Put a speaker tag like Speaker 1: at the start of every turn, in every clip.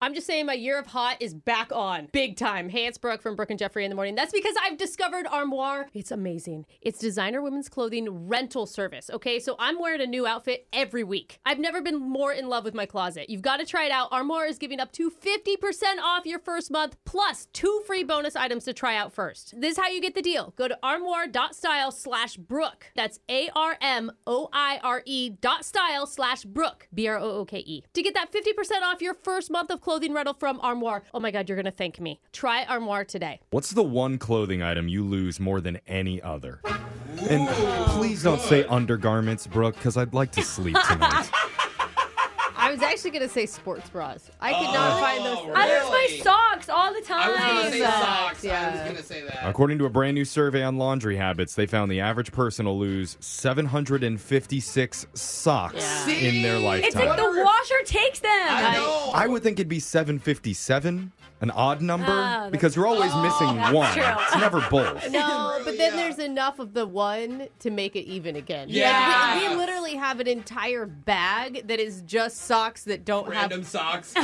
Speaker 1: I'm just saying my year of hot is back on big time. Hans Brook from Brook and Jeffrey in the morning. That's because I've discovered Armoire. It's amazing. It's designer women's clothing rental service. Okay, so I'm wearing a new outfit every week. I've never been more in love with my closet. You've got to try it out. Armoire is giving up to 50% off your first month plus two free bonus items to try out first. This is how you get the deal. Go to armoire.style slash Brooke. That's A R M O I R E dot style slash Brooke. B R O O K E. To get that 50% off your first month of clothing rental from Armoire. Oh my God, you're going to thank me. Try Armoire today.
Speaker 2: What's the one clothing item you lose more than any other? and please don't say undergarments, Brooke, because I'd like to sleep tonight.
Speaker 3: I was actually going to say sports bras. I could not find those.
Speaker 4: Oh,
Speaker 3: I-
Speaker 4: really?
Speaker 5: I lose my socks all the
Speaker 4: I was gonna
Speaker 5: time.
Speaker 4: say socks. I was
Speaker 3: Yeah.
Speaker 4: gonna say that.
Speaker 2: According to a brand new survey on laundry habits, they found the average person will lose 756 socks
Speaker 1: Yeah.
Speaker 2: in their
Speaker 4: See?
Speaker 2: lifetime.
Speaker 5: It's like the washer takes them.
Speaker 4: I know.
Speaker 2: I would think it'd be 757, an odd number,
Speaker 5: Ah, that's-
Speaker 2: because you're always missing
Speaker 5: that's
Speaker 2: one.
Speaker 5: true.
Speaker 2: It's never both.
Speaker 3: no, but then
Speaker 4: Yeah.
Speaker 3: there's enough of the one to make it even again.
Speaker 4: Yeah.
Speaker 3: Like, we, we literally have an entire bag that is just socks that don't
Speaker 4: Random
Speaker 3: have.
Speaker 4: socks.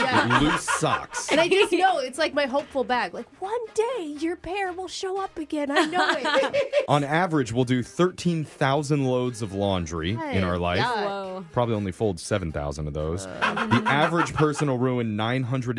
Speaker 2: Loose socks.
Speaker 3: And I just know it's like my hopeful bag. Like one day your pair will show up again. I know it.
Speaker 2: On average, we'll do 13,000 loads of laundry in our life.
Speaker 3: God.
Speaker 5: Whoa.
Speaker 2: Probably only fold 7,000 of those.
Speaker 4: Uh.
Speaker 2: The average person will ruin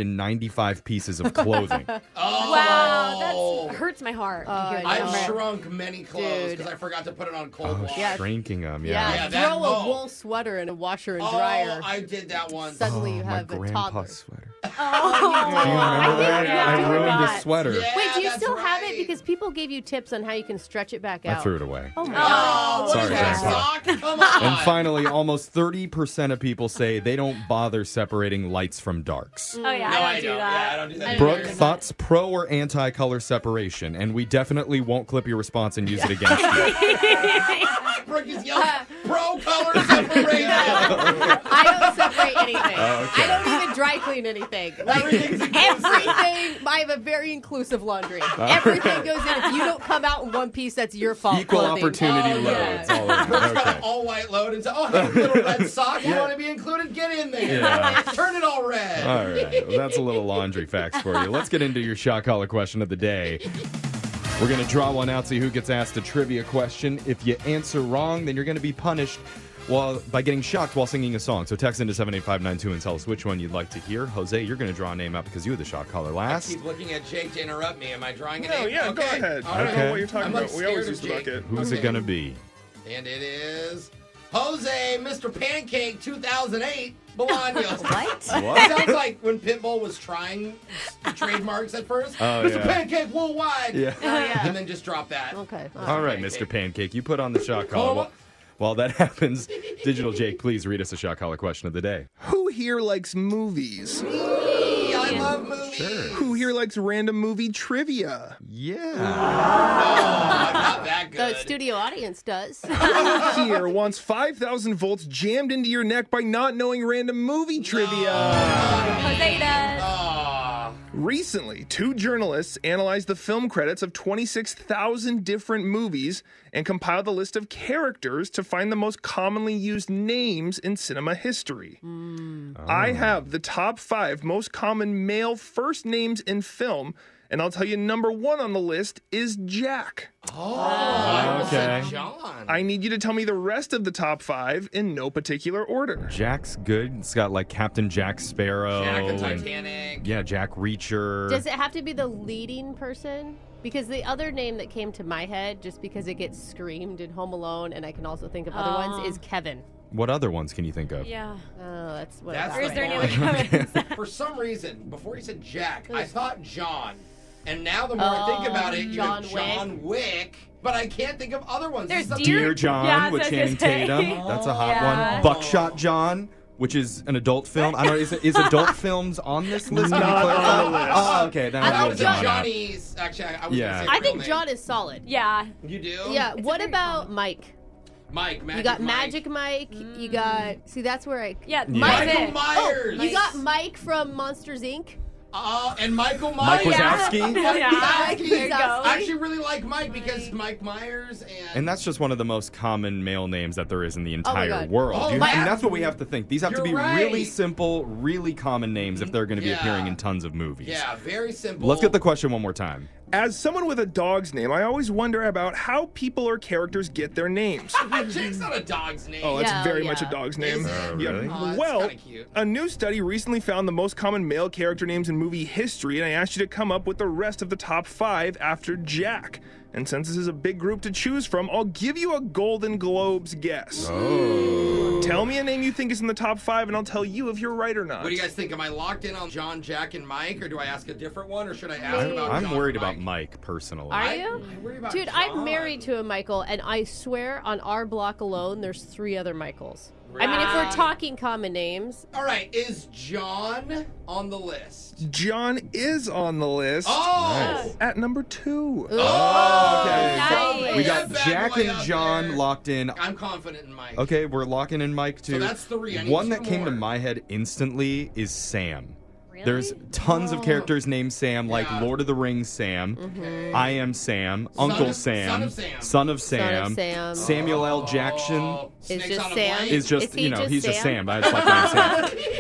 Speaker 2: 995 pieces of clothing.
Speaker 4: Oh.
Speaker 5: Wow, that hurts my heart. to hear that.
Speaker 4: I've
Speaker 3: Yeah.
Speaker 4: Oh. shrunk many clothes because
Speaker 3: Dude.
Speaker 4: I forgot to put it on cold
Speaker 2: Oh,
Speaker 4: wash.
Speaker 3: Yeah.
Speaker 2: shrinking them,
Speaker 3: yeah,
Speaker 2: yeah.
Speaker 4: Yeah, that-
Speaker 3: throw a
Speaker 4: oh.
Speaker 3: wool sweater in a washer and
Speaker 4: Oh,
Speaker 3: dryer.
Speaker 4: I did that once.
Speaker 3: Sudden-
Speaker 2: Oh,
Speaker 3: You
Speaker 2: my
Speaker 3: have a
Speaker 2: grandpa
Speaker 3: toddler.
Speaker 2: sweater.
Speaker 5: Oh,
Speaker 2: Do you remember that?
Speaker 4: yeah,
Speaker 2: I
Speaker 4: I
Speaker 2: ruined a
Speaker 5: forgot.
Speaker 2: sweater.
Speaker 4: Yeah,
Speaker 3: Wait, do you
Speaker 4: that's
Speaker 3: still have it?
Speaker 4: right.
Speaker 3: Because people gave you tips on how you can stretch it back
Speaker 2: I
Speaker 3: out.
Speaker 2: threw it away.
Speaker 3: Oh my
Speaker 4: Oh, what
Speaker 2: Sorry,
Speaker 4: is that
Speaker 2: Grandpa.
Speaker 4: sock? Come on.
Speaker 2: And finally, almost 30% of people say they don't bother separating lights from darks.
Speaker 5: Oh, yeah,
Speaker 4: no,
Speaker 5: I
Speaker 4: I
Speaker 5: don't do
Speaker 4: don't. Yeah, Mm, I
Speaker 5: that.
Speaker 4: don't do that.
Speaker 2: Brooke,
Speaker 4: either.
Speaker 2: thoughts pro or anti color separation? And we definitely won't clip your response and use it against you.
Speaker 4: Brooke is yelling. Pro color separation.
Speaker 3: I don't separate anything.
Speaker 2: okay.
Speaker 3: I don't even dry clean anything. Like
Speaker 4: Oh, Everything's inclusive.
Speaker 3: everything, I have a very inclusive laundry. Everything goes in. If you don't come out in one piece, that's your fault.
Speaker 2: Equal
Speaker 3: clothing.
Speaker 2: opportunity
Speaker 4: Oh,
Speaker 2: loads
Speaker 3: yeah.
Speaker 2: all over.
Speaker 4: Brooke's got
Speaker 2: Okay.
Speaker 4: an all white load and say, "Oh, hey, little red sock. You want to be included? Get in there.
Speaker 2: Yeah.
Speaker 4: Turn it all red."
Speaker 2: All right. Well, that's a little laundry facts for you. Let's get into your shot collar question of the day. We're going to draw one out, see who gets asked a trivia question. If you answer wrong, then you're going to be punished while, by getting shocked while singing a song. So text into 78592 and tell us which one you'd like to hear. Jose, you're going to draw a name out because you were the shot caller last.
Speaker 4: Keep looking at Jake to interrupt me. Am I
Speaker 5: Oh,
Speaker 4: drawing it?
Speaker 6: No, yeah, go ahead. I don't
Speaker 2: Okay.
Speaker 6: know what you're talking
Speaker 4: I'm, like,
Speaker 6: about. We always
Speaker 4: scared
Speaker 6: use
Speaker 4: of
Speaker 6: the
Speaker 4: Jake.
Speaker 6: bucket.
Speaker 2: Who's it
Speaker 4: Okay.
Speaker 2: going to be?
Speaker 4: And it is Jose, Mr. Pancake, 2008, Bolaños.
Speaker 5: What?
Speaker 4: It sounds like when Pitbull was trying s- trademarks at first.
Speaker 2: Oh,
Speaker 4: Mr.
Speaker 2: yeah.
Speaker 4: Pancake worldwide.
Speaker 2: Yeah.
Speaker 3: Oh, yeah.
Speaker 4: And then just drop that.
Speaker 3: Okay.
Speaker 2: All right, Mr.
Speaker 4: Pancake.
Speaker 2: Pancake, you put on the shot collar.
Speaker 4: Call
Speaker 2: While,
Speaker 4: up.
Speaker 2: while that happens, Digital Jake, please read us a shot collar question of the day.
Speaker 6: Who here likes movies?
Speaker 4: Hey, I love movies.
Speaker 6: Who here likes random movie trivia?
Speaker 2: Yeah.
Speaker 4: I'm Oh, not that good.
Speaker 3: The studio audience does.
Speaker 6: Who here wants 5,000 volts jammed into your neck by not knowing random movie trivia?
Speaker 5: Jose does.
Speaker 4: Oh. Aw.
Speaker 6: Recently, two journalists analyzed the film credits of 26,000 different movies and compiled a list of characters to find the most commonly used names in cinema history.
Speaker 4: Oh.
Speaker 6: I have the top five most common male first names in film, and I'll tell you number one on the list is Jack.
Speaker 4: Oh.
Speaker 2: Okay.
Speaker 4: John.
Speaker 6: I need you to tell me the rest of the top five in no particular order.
Speaker 2: Jack's good. It's got like Captain Jack Sparrow.
Speaker 4: Jack the
Speaker 2: and-
Speaker 4: Titanic.
Speaker 2: yeah, Jack Reacher.
Speaker 3: Does it have to be the leading person? Because the other name that came to my head, just because it gets screamed in Home Alone, and I can also think of other ones, is Kevin.
Speaker 2: what other ones can you think of?
Speaker 5: Yeah.
Speaker 3: Oh, that's what.
Speaker 4: That's
Speaker 3: I
Speaker 5: Or is
Speaker 3: thought.
Speaker 4: the
Speaker 5: there
Speaker 4: Come
Speaker 5: new comments?
Speaker 4: For some reason, before you said Jack, I thought John. And now the more I think
Speaker 3: Oh,
Speaker 4: about it, you have
Speaker 3: John Wick.
Speaker 4: John Wick. But I can't think of other ones.
Speaker 5: There's
Speaker 4: This is a-
Speaker 2: Dear John
Speaker 5: Yeah, I was
Speaker 2: with
Speaker 5: gonna
Speaker 2: Channing
Speaker 5: say.
Speaker 2: Tatum. That's a hot
Speaker 5: Yeah.
Speaker 2: one. Buckshot John, which is an adult film. I don't. Is, is adult films on this list? Can you
Speaker 6: Not on
Speaker 2: clarify?
Speaker 6: the list.
Speaker 2: Oh, okay. Then
Speaker 4: That
Speaker 2: I'll
Speaker 4: was
Speaker 2: go John. out.
Speaker 4: Johnny's. Actually, I I was
Speaker 2: Yeah.
Speaker 4: gonna say
Speaker 3: I
Speaker 4: real
Speaker 3: think
Speaker 4: name.
Speaker 3: John is solid.
Speaker 5: yeah.
Speaker 4: You do?
Speaker 3: Yeah. What about Mike?
Speaker 4: Mike. Magic Mm.
Speaker 3: You got
Speaker 4: Mike.
Speaker 3: Magic Mike. You got see that's where I
Speaker 5: Yeah. Mike's
Speaker 2: Mike.
Speaker 4: Michael
Speaker 5: it.
Speaker 4: Myers.
Speaker 3: You got Mike from Monsters Inc.
Speaker 4: Uh, and Michael
Speaker 2: Mike
Speaker 4: Myers.
Speaker 2: Wazowski?
Speaker 4: Mike
Speaker 5: Yeah.
Speaker 4: Wazowski.
Speaker 5: There you go.
Speaker 4: I actually really like Mike because Mike Myers and,
Speaker 2: And that's just one of the most common male names that there is in the entire
Speaker 3: God.
Speaker 2: world.
Speaker 4: Oh,
Speaker 2: You-
Speaker 4: my-
Speaker 2: and that's what we have to think. These have to
Speaker 4: You're
Speaker 2: be
Speaker 4: right.
Speaker 2: really simple, really common names if they're going to be
Speaker 4: Yeah.
Speaker 2: appearing in tons of movies.
Speaker 4: yeah, very simple.
Speaker 2: Let's get the question one more time.
Speaker 6: As someone with a dog's name, I always wonder about how people or characters get their names.
Speaker 4: Jake's not a dog's name.
Speaker 6: Oh, that's
Speaker 3: Yeah,
Speaker 6: very
Speaker 3: yeah.
Speaker 6: much a dog's name.
Speaker 4: Is it?
Speaker 2: Oh, really?
Speaker 4: Aw, that's
Speaker 6: well,
Speaker 4: kinda cute.
Speaker 6: a new study recently found the most common male character names in movie history, and I asked you to come up with the rest of the top five after Jack. And since this is a big group to choose from, I'll give you a Golden Globes guess.
Speaker 2: Oh.
Speaker 6: Tell me a name you think is in the top five, and I'll tell you if you're right or not.
Speaker 4: What do you guys think? Am I locked in on John, Jack, and Mike, or do I ask a different one, or should I ask
Speaker 2: I'm,
Speaker 4: about?
Speaker 2: I'm
Speaker 4: John,
Speaker 2: worried
Speaker 4: Mike?
Speaker 2: about Mike personally.
Speaker 3: Are
Speaker 4: I-
Speaker 3: you?
Speaker 4: I worry about
Speaker 3: Dude,
Speaker 4: John.
Speaker 3: I'm married to a Michael, and I swear on our block alone, there's three other Michaels. I mean, if
Speaker 4: Wow.
Speaker 3: we're talking common names,
Speaker 4: All right, is John on the list?
Speaker 6: John is on the list
Speaker 4: Oh,
Speaker 6: at number two.
Speaker 2: okay.
Speaker 5: Nice.
Speaker 2: We
Speaker 4: Yeah,
Speaker 2: got
Speaker 4: bad
Speaker 2: Jack
Speaker 4: boy
Speaker 2: and
Speaker 4: out
Speaker 2: John
Speaker 4: there.
Speaker 2: locked in.
Speaker 4: I'm confident in Mike.
Speaker 2: Okay, we're locking in Mike too.
Speaker 4: that's three. I need
Speaker 2: One
Speaker 4: two
Speaker 2: that came to
Speaker 4: more.
Speaker 2: my head instantly is Sam.
Speaker 5: Really?
Speaker 2: There's tons of characters named Sam, like
Speaker 4: Yeah.
Speaker 2: Lord of the Rings Sam, I Am Sam, Uncle
Speaker 4: of-
Speaker 2: Sam,
Speaker 4: Son of Sam.
Speaker 2: Son of Sam,
Speaker 3: Sam.
Speaker 2: Samuel L. Jackson
Speaker 4: Oh, snakes
Speaker 3: just
Speaker 4: on a
Speaker 3: Sam.
Speaker 4: plane?
Speaker 2: is just,
Speaker 3: Is he
Speaker 2: you know,
Speaker 3: just
Speaker 2: he's just Sam.
Speaker 3: Sam?
Speaker 2: I just like the name Sam.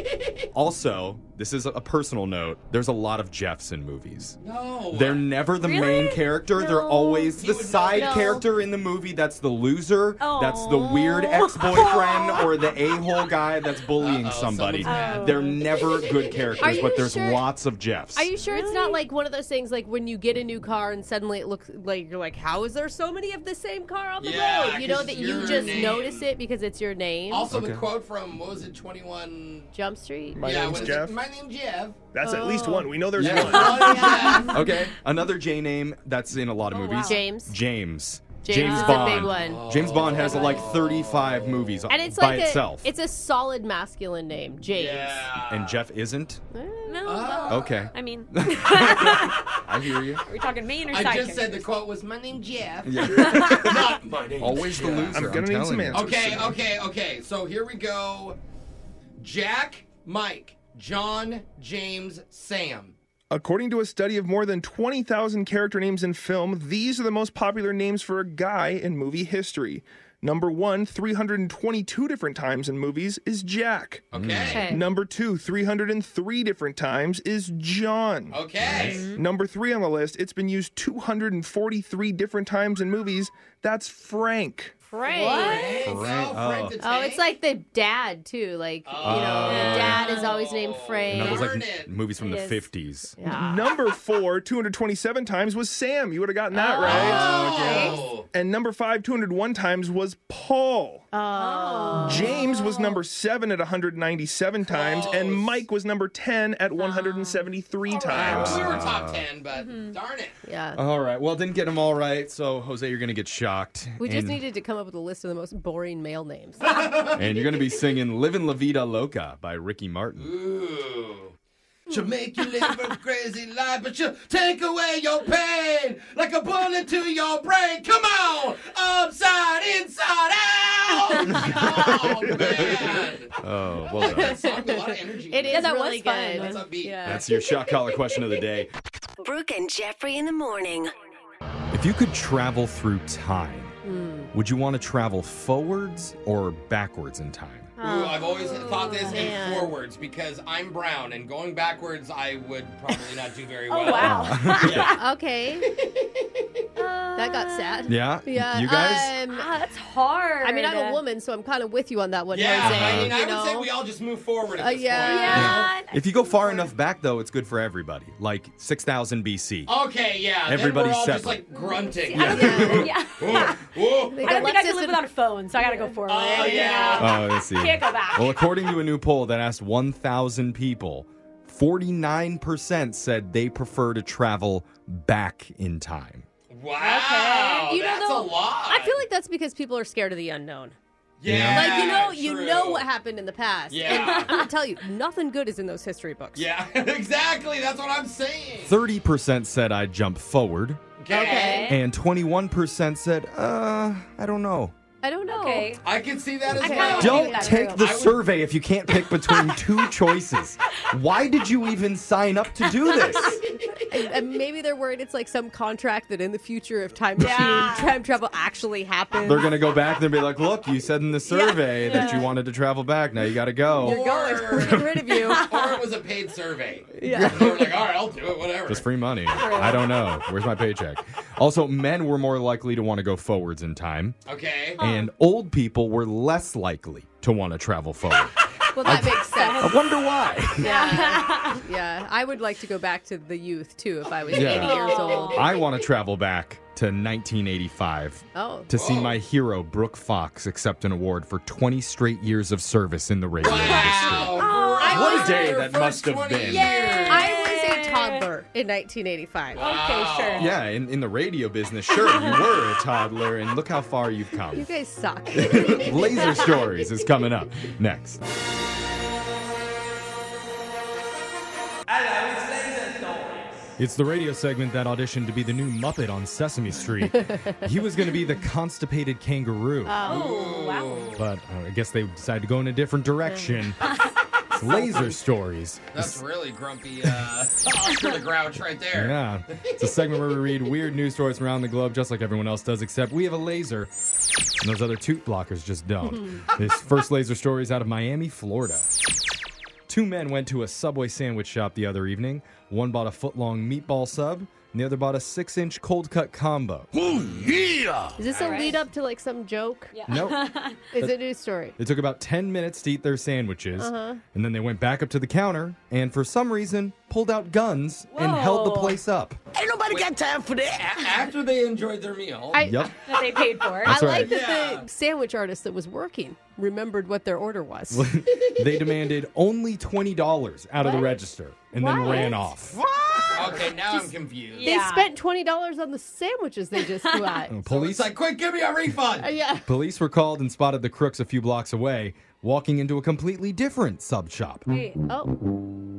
Speaker 2: Also, this is a- a personal note. There's a lot of Jeffs in movies.
Speaker 4: no.
Speaker 2: They're never the main character. They're
Speaker 5: No.
Speaker 2: always
Speaker 4: He
Speaker 2: the
Speaker 4: would know.
Speaker 2: side
Speaker 4: No.
Speaker 2: character in the movie that's the loser, that's the
Speaker 5: Aw.
Speaker 2: weird ex boyfriend, or the a hole guy that's bullying
Speaker 4: Uh-oh,
Speaker 2: somebody.
Speaker 4: someone's mad.
Speaker 2: They're never good characters,
Speaker 3: you
Speaker 2: but there's
Speaker 3: sure-
Speaker 2: lots of Jeffs.
Speaker 3: are you sure it's not like one of those things like when you get a new car and suddenly it looks like you're like, how is there so many of the same car on the
Speaker 4: Yeah,
Speaker 3: road? You know
Speaker 4: 'cause
Speaker 3: that
Speaker 4: it's your
Speaker 3: you just
Speaker 4: name.
Speaker 3: notice it because it's your name.
Speaker 4: also the
Speaker 2: Okay.
Speaker 4: quote from what was it? Twenty one.
Speaker 3: Jump Street.
Speaker 6: My
Speaker 4: yeah,
Speaker 6: name's
Speaker 4: what is
Speaker 6: Jeff.
Speaker 4: It? My name's Jeff.
Speaker 6: That's at
Speaker 3: Oh.
Speaker 6: least one. We know there's
Speaker 2: Yeah.
Speaker 6: one.
Speaker 4: Jeff.
Speaker 2: Okay, another J name that's in a lot of movies.
Speaker 3: Oh, James.
Speaker 2: James.
Speaker 3: James is a
Speaker 2: Bond.
Speaker 3: big one. Oh.
Speaker 2: James Bond has like 35 movies
Speaker 3: And it's
Speaker 2: by
Speaker 3: like a,
Speaker 2: itself.
Speaker 3: it's a solid masculine name, James.
Speaker 4: Yeah.
Speaker 2: and Jeff isn't?
Speaker 5: No.
Speaker 4: Ah.
Speaker 2: Okay,
Speaker 5: I mean,
Speaker 2: I hear you.
Speaker 5: are we talking main or side
Speaker 4: I just said the
Speaker 5: characters?
Speaker 4: quote was my name's Jeff.
Speaker 2: Yeah.
Speaker 4: Not my name.
Speaker 2: Always the loser.
Speaker 6: I'm gonna need
Speaker 2: telling
Speaker 6: some
Speaker 2: you.
Speaker 6: answers.
Speaker 4: Okay, okay, okay. So here we go. Jack, Mike, John, James, Sam.
Speaker 6: According to a study of more than 20,000 character names in film, these are the most popular names for a guy in movie history. Number one, 322 different times in movies, is Jack.
Speaker 4: Okay.
Speaker 3: Okay.
Speaker 6: Number two, 303 different times, is John.
Speaker 4: Okay. Hmm.
Speaker 6: Number three on the list, it's been used 243 different times in movies, that's Frank.
Speaker 3: Frank.
Speaker 4: Frank, oh,
Speaker 2: Frank,
Speaker 4: Frank the
Speaker 3: Oh,
Speaker 4: Tank. Oh.
Speaker 3: it's like the dad too. Like you know, the dad is always named Frank.
Speaker 2: And that was like
Speaker 4: Darn
Speaker 2: n-
Speaker 4: it.
Speaker 2: movies from the
Speaker 5: Yes.
Speaker 2: 50s.
Speaker 6: Number four, 227 times, was Sam. You would have gotten that right.
Speaker 4: Oh.
Speaker 6: And number five, 201 times, was Paul.
Speaker 5: Oh.
Speaker 6: James was number seven at 197 times, and
Speaker 4: Close.
Speaker 6: Mike was number 10 at 173 times.
Speaker 2: Ah.
Speaker 4: We were top 10, but
Speaker 5: Mm-hmm.
Speaker 4: darn it.
Speaker 3: yeah.
Speaker 2: All right. Well, didn't get them all right. So, Jose, you're going to get shocked.
Speaker 3: we just
Speaker 2: and,
Speaker 3: needed to come up with a list of the most boring male names.
Speaker 2: And you're going to be singing Livin' La Vida Loca by Ricky Martin.
Speaker 4: Ooh. She'll make you live a crazy life, but she'll take away your pain like a bullet to your brain. Come on, upside, inside, out. oh, man.
Speaker 2: Oh, well done.
Speaker 4: That song had a lot of energy. in
Speaker 3: It is
Speaker 5: that was
Speaker 3: really
Speaker 5: fun.
Speaker 3: good.
Speaker 4: That's upbeat.
Speaker 5: Yeah.
Speaker 2: That's your shock collar question of the day.
Speaker 7: Brooke and Jeffrey in the morning.
Speaker 2: If you could travel through time,
Speaker 3: Hmm.
Speaker 2: would you want to travel forwards or backwards in time?
Speaker 4: Ooh, I've always thought this in
Speaker 3: man.
Speaker 4: forwards because I'm brown, and going backwards, I would probably not do very well.
Speaker 5: Oh, wow.
Speaker 4: Yeah.
Speaker 3: Okay, that got sad.
Speaker 2: Yeah?
Speaker 3: Yeah,
Speaker 2: You guys?
Speaker 3: Um,
Speaker 5: Ah, that's hard.
Speaker 3: I mean, I'm a woman, so I'm kind of with you on that one,
Speaker 4: Yeah,
Speaker 3: Jose.
Speaker 4: I mean, I
Speaker 3: you
Speaker 4: would
Speaker 3: know?
Speaker 4: say we all just move forward at
Speaker 3: Uh,
Speaker 4: this
Speaker 3: yeah.
Speaker 4: point.
Speaker 5: Yeah.
Speaker 2: if you go far enough back, though, it's good for everybody. Like 6,000
Speaker 4: Oh,
Speaker 2: BC.
Speaker 4: Okay, yeah.
Speaker 2: Everybody's
Speaker 4: then we're all just
Speaker 2: separate.
Speaker 4: like grunting.
Speaker 5: I don't think, yeah.
Speaker 4: Whoa, whoa.
Speaker 5: I don't think I can
Speaker 3: Alexis
Speaker 5: live
Speaker 3: and-
Speaker 5: without a phone, so I gotta go forward.
Speaker 4: Oh,
Speaker 5: you
Speaker 4: yeah.
Speaker 5: know?
Speaker 2: Oh, let's see.
Speaker 5: Can't go back.
Speaker 2: Well, according to a new poll that asked 1,000 people, 49% said they prefer to travel back in time.
Speaker 4: Wow.
Speaker 3: Okay. You know,
Speaker 4: that's
Speaker 3: though,
Speaker 4: a lot.
Speaker 3: I feel like that's because people are scared of the unknown.
Speaker 4: yeah,
Speaker 3: Like you know,
Speaker 4: true.
Speaker 3: you know what happened in the past. And
Speaker 4: Yeah.
Speaker 3: I'm gonna tell you, nothing good is in those history books.
Speaker 4: Yeah, exactly. That's what I'm saying.
Speaker 2: 30% said I'd jump forward,
Speaker 4: Okay.
Speaker 2: and 21% said, uh, I don't know.
Speaker 3: I don't know.
Speaker 5: Okay.
Speaker 4: I can see that as
Speaker 5: Okay.
Speaker 4: well.
Speaker 5: Don't-
Speaker 8: Don't take the survey if you can't pick between two choices. Why did you even sign up to do this?
Speaker 3: And, and maybe they're worried it's like some contract that in the future, if time machine time travel actually happens,
Speaker 2: They're gonna go back and be like, "Look, you said in the survey that you wanted to travel back. Now you gotta go."
Speaker 4: Or-
Speaker 3: going. We're getting rid of you.
Speaker 4: Or it was a paid survey. Yeah. They were like, all right, I'll do it, whatever.
Speaker 2: It's free money. I don't know. Where's my paycheck? Also, men were more likely to want to go forwards in time,
Speaker 4: Okay.
Speaker 2: and old people were less likely to want to travel forward.
Speaker 3: Well, that makes
Speaker 8: I
Speaker 3: sense.
Speaker 8: wonder why.
Speaker 3: Yeah. yeah. I would like to go back to the youth too if I was
Speaker 2: Yeah.
Speaker 3: 80 years old.
Speaker 2: I want to travel back to 1985
Speaker 3: Oh.
Speaker 2: to see my hero Brooke Fox accept an award for 20 straight years of service in the radio industry.
Speaker 4: Wow.
Speaker 5: I
Speaker 2: What a
Speaker 4: was
Speaker 2: day
Speaker 4: there
Speaker 2: that
Speaker 4: for
Speaker 2: must have
Speaker 4: 20
Speaker 2: been.
Speaker 4: years.
Speaker 3: I was a toddler in 1985.
Speaker 5: Okay, sure.
Speaker 2: Yeah, in, in the radio business, sure, you were a toddler, and look how far you've come.
Speaker 3: You guys suck.
Speaker 2: Laser Stories is coming up next. It's the radio segment that auditioned to be the new Muppet on Sesame Street. he was going to be the constipated kangaroo,
Speaker 5: Oh, wow.
Speaker 2: but uh, I guess they decided to go in a different direction. It's Laser Stories.
Speaker 4: That's really grumpy uh, Oscar the Grouch right there.
Speaker 2: Yeah. It's a segment where we read weird news stories from around the globe, just like everyone else does, except we have a laser. And those other toot blockers just don't. this first laser story is out of Miami, Florida. Two men went to a Subway sandwich shop the other evening. One bought a foot long meatball sub, and the other bought a six inch cold cut combo.
Speaker 3: Is this a lead up to like some joke?
Speaker 2: Nope.
Speaker 3: Is it a news story? Uh-huh.
Speaker 2: It took about 10 minutes to eat their sandwiches,
Speaker 1: Uh-huh.
Speaker 2: and then they went back up to the counter and, for some reason, pulled out guns and held the
Speaker 5: Whoa.
Speaker 2: place up.
Speaker 4: A- after they enjoyed their meal.
Speaker 3: I,
Speaker 2: Yep.
Speaker 5: That they paid for.
Speaker 3: I
Speaker 2: That's right.
Speaker 3: like that
Speaker 4: Yeah.
Speaker 3: the sandwich artist that was working remembered what their order was.
Speaker 2: they demanded only $20 out of the register and then
Speaker 3: What?
Speaker 2: ran off.
Speaker 4: okay, now I'm confused.
Speaker 3: They
Speaker 5: Yeah.
Speaker 3: spent twenty dollars on the sandwiches they just got. Uh,
Speaker 2: Police
Speaker 4: It's like, quick, give me a refund.
Speaker 3: yeah.
Speaker 2: police were called and spotted the crooks a few blocks away, walking into a completely different sub shop.
Speaker 5: Wait,
Speaker 3: Oh,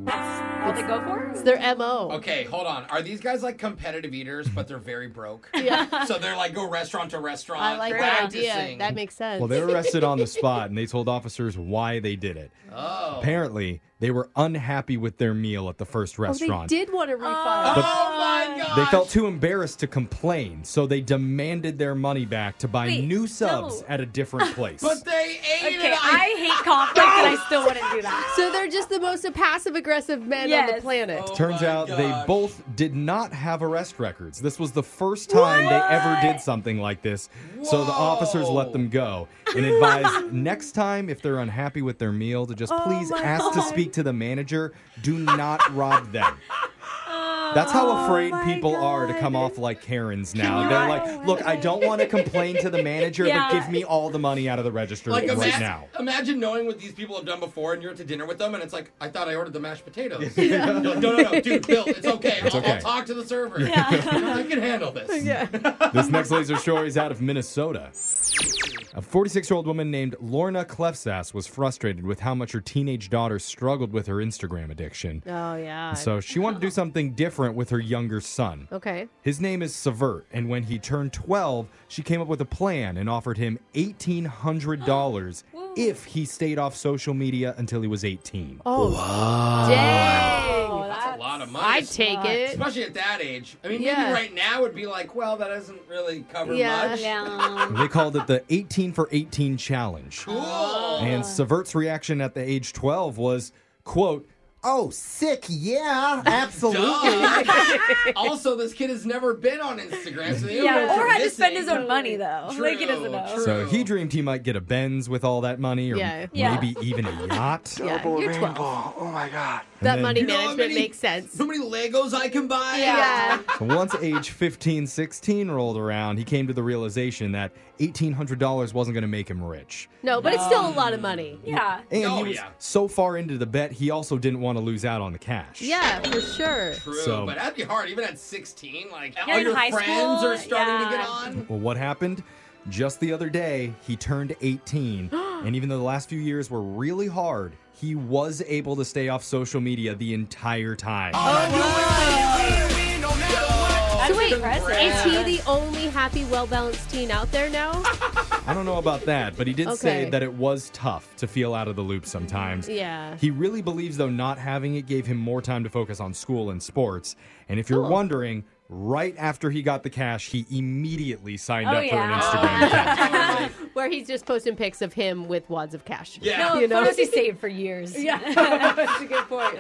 Speaker 5: what they go for?
Speaker 3: it's their mo.
Speaker 4: Okay, hold on. Are these guys like competitive eaters, but they're very broke?
Speaker 3: Yeah.
Speaker 4: So they're like go restaurant to restaurant.
Speaker 3: I like that idea.
Speaker 4: practicing.
Speaker 3: That makes sense.
Speaker 2: Well, they were arrested on the spot and they told officers why they did it.
Speaker 4: oh.
Speaker 2: Apparently, they were unhappy with their meal at the first
Speaker 3: Oh, they
Speaker 2: restaurant.
Speaker 3: did want a refund.
Speaker 4: oh my god.
Speaker 2: They felt too embarrassed to complain, so they demanded their money back to buy
Speaker 5: Wait,
Speaker 2: new subs
Speaker 5: no.
Speaker 2: at a different place.
Speaker 4: But they ate
Speaker 5: Okay,
Speaker 4: it.
Speaker 5: I hate conflict, and I still wouldn't do that.
Speaker 3: So they're just the most passive aggressive men on the
Speaker 5: Yes.
Speaker 3: planet.
Speaker 4: Oh
Speaker 2: Turns
Speaker 4: my
Speaker 2: out they
Speaker 4: gosh.
Speaker 2: both did not have arrest records. This was the first time they ever did something like this. So the officers let
Speaker 4: Whoa.
Speaker 2: them go and advised next time if they're unhappy with their meal to
Speaker 4: Oh
Speaker 2: just please ask to speak to the manager. Do not rob them. That's
Speaker 4: Oh
Speaker 2: how afraid people are to come off like Karens now. They're like, look, I don't want to complain to the manager,
Speaker 5: Yeah.
Speaker 2: but give me all the money out of the register
Speaker 4: Like
Speaker 2: right
Speaker 4: imagine,
Speaker 2: now.
Speaker 4: imagine knowing what these people have done before, and you're at the dinner with them, and it's like, I thought I ordered the mashed potatoes. You're like, no, no, no, dude, Bill, it's okay. I'll,
Speaker 2: okay.
Speaker 4: I'll talk to the server. I can handle this. Yeah.
Speaker 2: This next laser story is out of Minnesota. A 46 year old woman named Lorna Clefsass was frustrated with how much her teenage daughter struggled with her Instagram addiction.
Speaker 3: Oh yeah.
Speaker 2: So she wanted to do something different with her younger son.
Speaker 3: okay.
Speaker 2: His name is Severt, and when he turned 12, she came up with a plan and offered him $1,800 if he stayed off social media until he was 18.
Speaker 3: Oh. Dang.
Speaker 5: Oh, that's,
Speaker 4: A lot of money.
Speaker 3: I'd take it.
Speaker 4: Especially at that age. I mean,
Speaker 3: Yeah.
Speaker 4: maybe right now would be like, well, that doesn't really cover
Speaker 3: Yeah.
Speaker 4: much.
Speaker 5: Yeah.
Speaker 2: They called it the 18 for 18 challenge.
Speaker 5: Oh.
Speaker 4: Cool.
Speaker 2: And Severt's reaction at the age 12 was, quote, Oh, sick, yeah, absolutely.
Speaker 4: Duh. also, this kid has never been on Instagram, so they don't know
Speaker 5: yeah.
Speaker 4: what
Speaker 5: Or
Speaker 4: you're
Speaker 5: had to spend his
Speaker 4: missing.
Speaker 5: own money, though. like, he doesn't
Speaker 4: True,
Speaker 5: know.
Speaker 4: true.
Speaker 2: so he dreamed he might get a Benz with all that money or
Speaker 3: Yeah.
Speaker 5: Yeah.
Speaker 2: maybe even a yacht.
Speaker 3: Yeah, you're 12.
Speaker 8: Oh my god.
Speaker 2: And
Speaker 3: That
Speaker 2: then-
Speaker 3: money
Speaker 4: You know how
Speaker 3: management
Speaker 4: many-
Speaker 3: makes sense.
Speaker 4: So many Legos I can buy.
Speaker 3: Yeah.
Speaker 2: So Once age 15, 16 rolled around, he came to the realization that $1,800 wasn't going to make him rich.
Speaker 3: No, but it's still a lot of money.
Speaker 5: Yeah.
Speaker 2: And
Speaker 4: Oh,
Speaker 2: he was
Speaker 4: yeah.
Speaker 2: so far into the bet, he also didn't want to lose out on the cash.
Speaker 3: Yeah, for sure.
Speaker 4: True,
Speaker 2: So-
Speaker 4: but that'd be hard. Even at 16, like
Speaker 5: You're
Speaker 4: all
Speaker 5: in
Speaker 4: your
Speaker 5: high
Speaker 4: friends
Speaker 5: school,
Speaker 4: are starting to
Speaker 5: yeah.
Speaker 4: get on.
Speaker 2: Well, what happened? Just the other day, he turned 18, and even though the last few years were really hard, he was able to stay off social media the entire time.
Speaker 4: Yo.
Speaker 5: That's
Speaker 1: So wait,
Speaker 5: impressive.
Speaker 1: is he the only happy, well balanced teen out there now?
Speaker 2: I don't know about that, but he did say
Speaker 1: Okay.
Speaker 2: that it was tough to feel out of the loop sometimes.
Speaker 1: Yeah.
Speaker 2: He really believes, though, not having it gave him more time to focus on school and sports. And if you're wondering, right after he got the cash, he immediately signed
Speaker 5: Oh,
Speaker 2: up for an
Speaker 5: yeah. Oh,
Speaker 2: Instagram account.
Speaker 1: Where he's just posting pics of him with wads of cash. Yeah.
Speaker 5: No,
Speaker 1: You know?
Speaker 5: photos he saved for years. Oh, Yeah.
Speaker 1: That's a good point.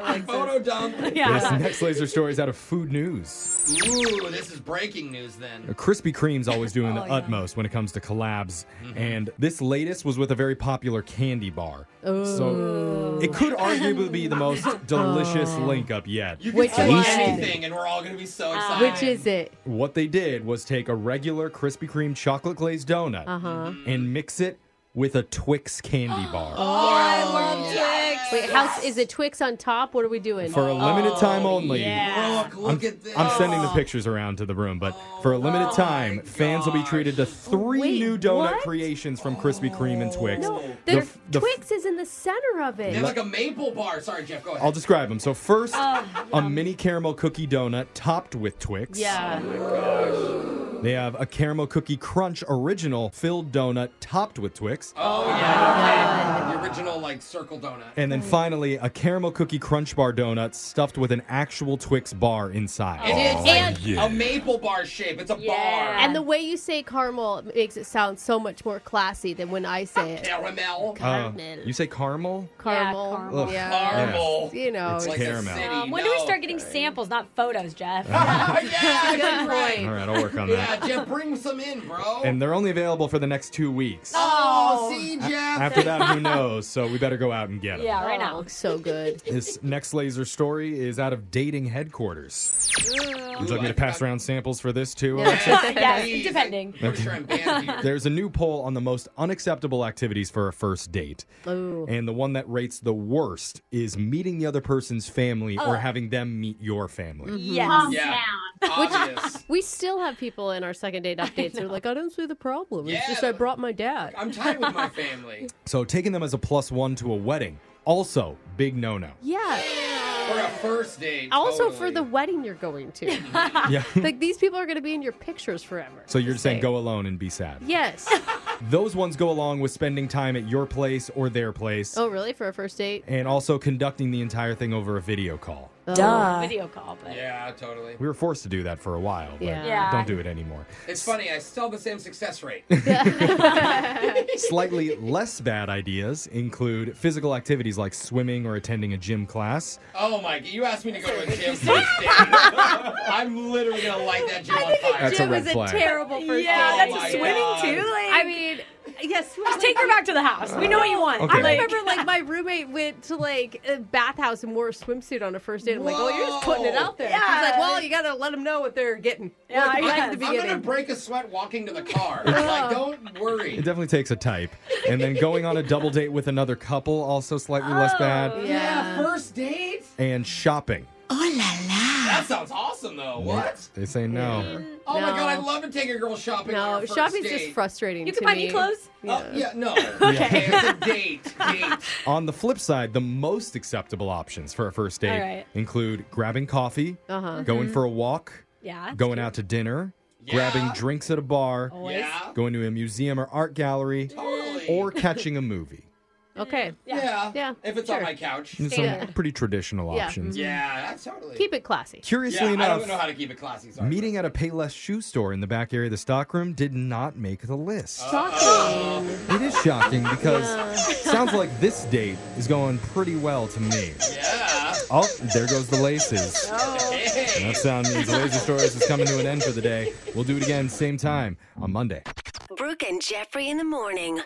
Speaker 4: Photo dump.
Speaker 2: This next laser story is out of food news.
Speaker 4: Ooh, this is breaking news then.
Speaker 2: Krispy Kreme's always doing
Speaker 4: Oh,
Speaker 2: the utmost when it comes to collabs. And this latest was with a very popular candy bar. So it could arguably be the most delicious link up yet.
Speaker 4: Oh. You
Speaker 1: Which
Speaker 4: can say
Speaker 1: one?
Speaker 4: anything, and we're all gonna be so excited.
Speaker 1: Which is it?
Speaker 2: What they did was take a regular Krispy Kreme chocolate glazed donut
Speaker 4: Uh-huh.
Speaker 2: and mix it with a Twix candy bar.
Speaker 1: Oh. Wait, how is it Twix on top? What are we doing?
Speaker 2: For
Speaker 5: Oh,
Speaker 2: a
Speaker 1: Oh,
Speaker 2: limited time only.
Speaker 4: Oh, Look, look
Speaker 2: I'm,
Speaker 4: at this. Oh
Speaker 2: I'm sending the pictures around to the room, but for a limited time, fans will be treated to three
Speaker 1: Wait,
Speaker 2: new donut
Speaker 1: what?
Speaker 2: creations from Krispy Kreme and Twix.
Speaker 1: no,
Speaker 2: The
Speaker 1: the,
Speaker 2: f- the f-
Speaker 1: Twix is in the center of
Speaker 4: They
Speaker 1: it.
Speaker 4: have like a maple bar. Sorry, Jeff. Go ahead.
Speaker 2: I'll describe them. So first,
Speaker 1: Uh,
Speaker 2: a mini caramel cookie donut topped with Twix.
Speaker 4: Oh
Speaker 1: yeah.
Speaker 2: They have a caramel cookie crunch original filled donut topped with Twix.
Speaker 4: oh yeah, the original like circle donut.
Speaker 2: And then finally, a caramel cookie crunch bar donut stuffed with an actual Twix bar inside.
Speaker 4: Oh,
Speaker 2: Oh,
Speaker 4: It's like
Speaker 1: And-
Speaker 4: a maple bar shape. It's a
Speaker 5: Yeah.
Speaker 4: bar.
Speaker 1: And the way you say caramel makes it sound so much more classy than when I say it.
Speaker 4: Caramel.
Speaker 2: Uh,
Speaker 1: caramel.
Speaker 2: you say caramel?
Speaker 1: Caramel.
Speaker 5: Yeah, caramel.
Speaker 2: Ugh.
Speaker 4: Caramel.
Speaker 1: You know,
Speaker 2: It's
Speaker 4: Like
Speaker 2: Caramel.
Speaker 4: A city.
Speaker 5: Um, when do we
Speaker 4: No.
Speaker 5: start getting samples, not photos, Jeff?
Speaker 4: Oh, yeah, good
Speaker 2: All
Speaker 4: point.
Speaker 2: right, I'll work on that.
Speaker 4: Yeah, Jeff, bring some in, bro.
Speaker 2: And they're only available for the next two weeks.
Speaker 4: oh, see, Jeff.
Speaker 2: After that, who knows? So we better go out and get them.
Speaker 5: yeah, right now.
Speaker 1: oh, so good.
Speaker 2: This next laser story is out of dating headquarters.
Speaker 1: Oh,
Speaker 2: Would you like me to pass around samples for this too? Alexa?
Speaker 5: yes, depending.
Speaker 4: I'm pretty sure I'm banned here.
Speaker 2: There's a new poll on the most unacceptable activities for a first date. And the one that rates the worst is meeting the other person's family or having them meet your
Speaker 1: Mm.
Speaker 2: family.
Speaker 5: Mm-hmm. Yes.
Speaker 4: Yeah. Obvious.
Speaker 1: We still have people in our second date updates who are like, I don't see the problem. It's
Speaker 4: Yeah.
Speaker 1: just I brought my dad.
Speaker 4: I'm tight with my family.
Speaker 2: So taking them as a plus one to a wedding, also big no no.
Speaker 1: Yeah.
Speaker 4: For a first date.
Speaker 1: Also
Speaker 4: totally.
Speaker 1: for the wedding you're going to.
Speaker 2: Yeah.
Speaker 1: like these people are going to be in your pictures forever.
Speaker 2: So you're just saying go alone and be sad.
Speaker 1: Yes.
Speaker 2: Those ones go along with spending time at your place or their place
Speaker 1: oh, really? For a first date?
Speaker 2: and also conducting the entire thing over a video call.
Speaker 1: Oh,
Speaker 5: Duh. Video call, but
Speaker 4: Yeah, totally.
Speaker 2: We were forced to do that for a while, but
Speaker 1: Yeah.
Speaker 5: Yeah.
Speaker 2: don't do it anymore.
Speaker 4: It's funny. I still have the same success rate.
Speaker 2: Slightly less bad ideas include physical activities like swimming or attending a gym class.
Speaker 4: oh my! You asked me to go to a gym. first date. I'm literally gonna light that gym on fire.
Speaker 2: That's a red flag.
Speaker 5: terrible first
Speaker 4: Oh
Speaker 5: yeah,
Speaker 4: that's my
Speaker 5: that's
Speaker 4: swimming
Speaker 5: swimming
Speaker 4: God.
Speaker 5: too.
Speaker 4: too,
Speaker 5: Like, I mean, yes, just take her back to the house. We know what you want.
Speaker 2: Okay.
Speaker 1: I remember like my roommate went to like a bathhouse and wore a swimsuit on her first date. I'm like, oh, you're just putting it out there.
Speaker 5: Yeah.
Speaker 1: She's like, well, you gotta let them know what they're getting.
Speaker 5: Yeah,
Speaker 1: Right
Speaker 5: yes.
Speaker 1: at the
Speaker 5: I'm
Speaker 4: I'm gonna
Speaker 1: beginning.
Speaker 4: break a sweat walking to the car. like, don't worry.
Speaker 2: It definitely takes a type. And then going on a double date with another couple, also slightly less
Speaker 5: Oh.
Speaker 1: Oh,
Speaker 2: bad.
Speaker 4: Yeah, first date.
Speaker 2: And shopping.
Speaker 4: That sounds awesome, though. What?
Speaker 2: They say no.
Speaker 4: Oh my
Speaker 1: No.
Speaker 4: god, I love to take a girl shopping. on
Speaker 1: No,
Speaker 4: her first
Speaker 1: shopping's
Speaker 4: date.
Speaker 1: just frustrating.
Speaker 5: You
Speaker 1: to
Speaker 5: can buy me clothes.
Speaker 4: Uh, yeah, no. okay. It's a date. Date.
Speaker 2: On the flip side, the most acceptable options for a first date
Speaker 5: All right. Uh-huh.
Speaker 2: include grabbing coffee, going for a walk,
Speaker 5: Yeah.
Speaker 2: going out to dinner, grabbing
Speaker 4: Mm-hmm. Yeah.
Speaker 2: drinks at a bar,
Speaker 5: Oh,
Speaker 4: Yeah.
Speaker 2: going to a museum or art gallery,
Speaker 4: Totally.
Speaker 2: or catching a movie.
Speaker 1: Okay.
Speaker 4: yeah.
Speaker 1: Yeah,
Speaker 4: If it's on
Speaker 1: sure.
Speaker 4: my couch.
Speaker 2: Some
Speaker 5: Standard.
Speaker 2: pretty traditional
Speaker 1: Yeah. Mm-hmm.
Speaker 2: options.
Speaker 4: Yeah, that's totally.
Speaker 1: Keep it classy.
Speaker 2: Curiously
Speaker 4: yeah, I
Speaker 2: enough,
Speaker 4: don't know how to keep it classy. Sorry.
Speaker 2: meeting at a Payless shoe store in the back area of the stockroom did not make the list.
Speaker 4: Oh.
Speaker 2: It is shocking because it sounds like this date is going pretty well to me.
Speaker 4: Yeah.
Speaker 2: Oh, there goes the laces.
Speaker 4: Hey.
Speaker 2: That sound means the Laser Stories is coming to an end for the day. We'll do it again same time on Monday.
Speaker 7: Brooke and Jeffrey in the morning.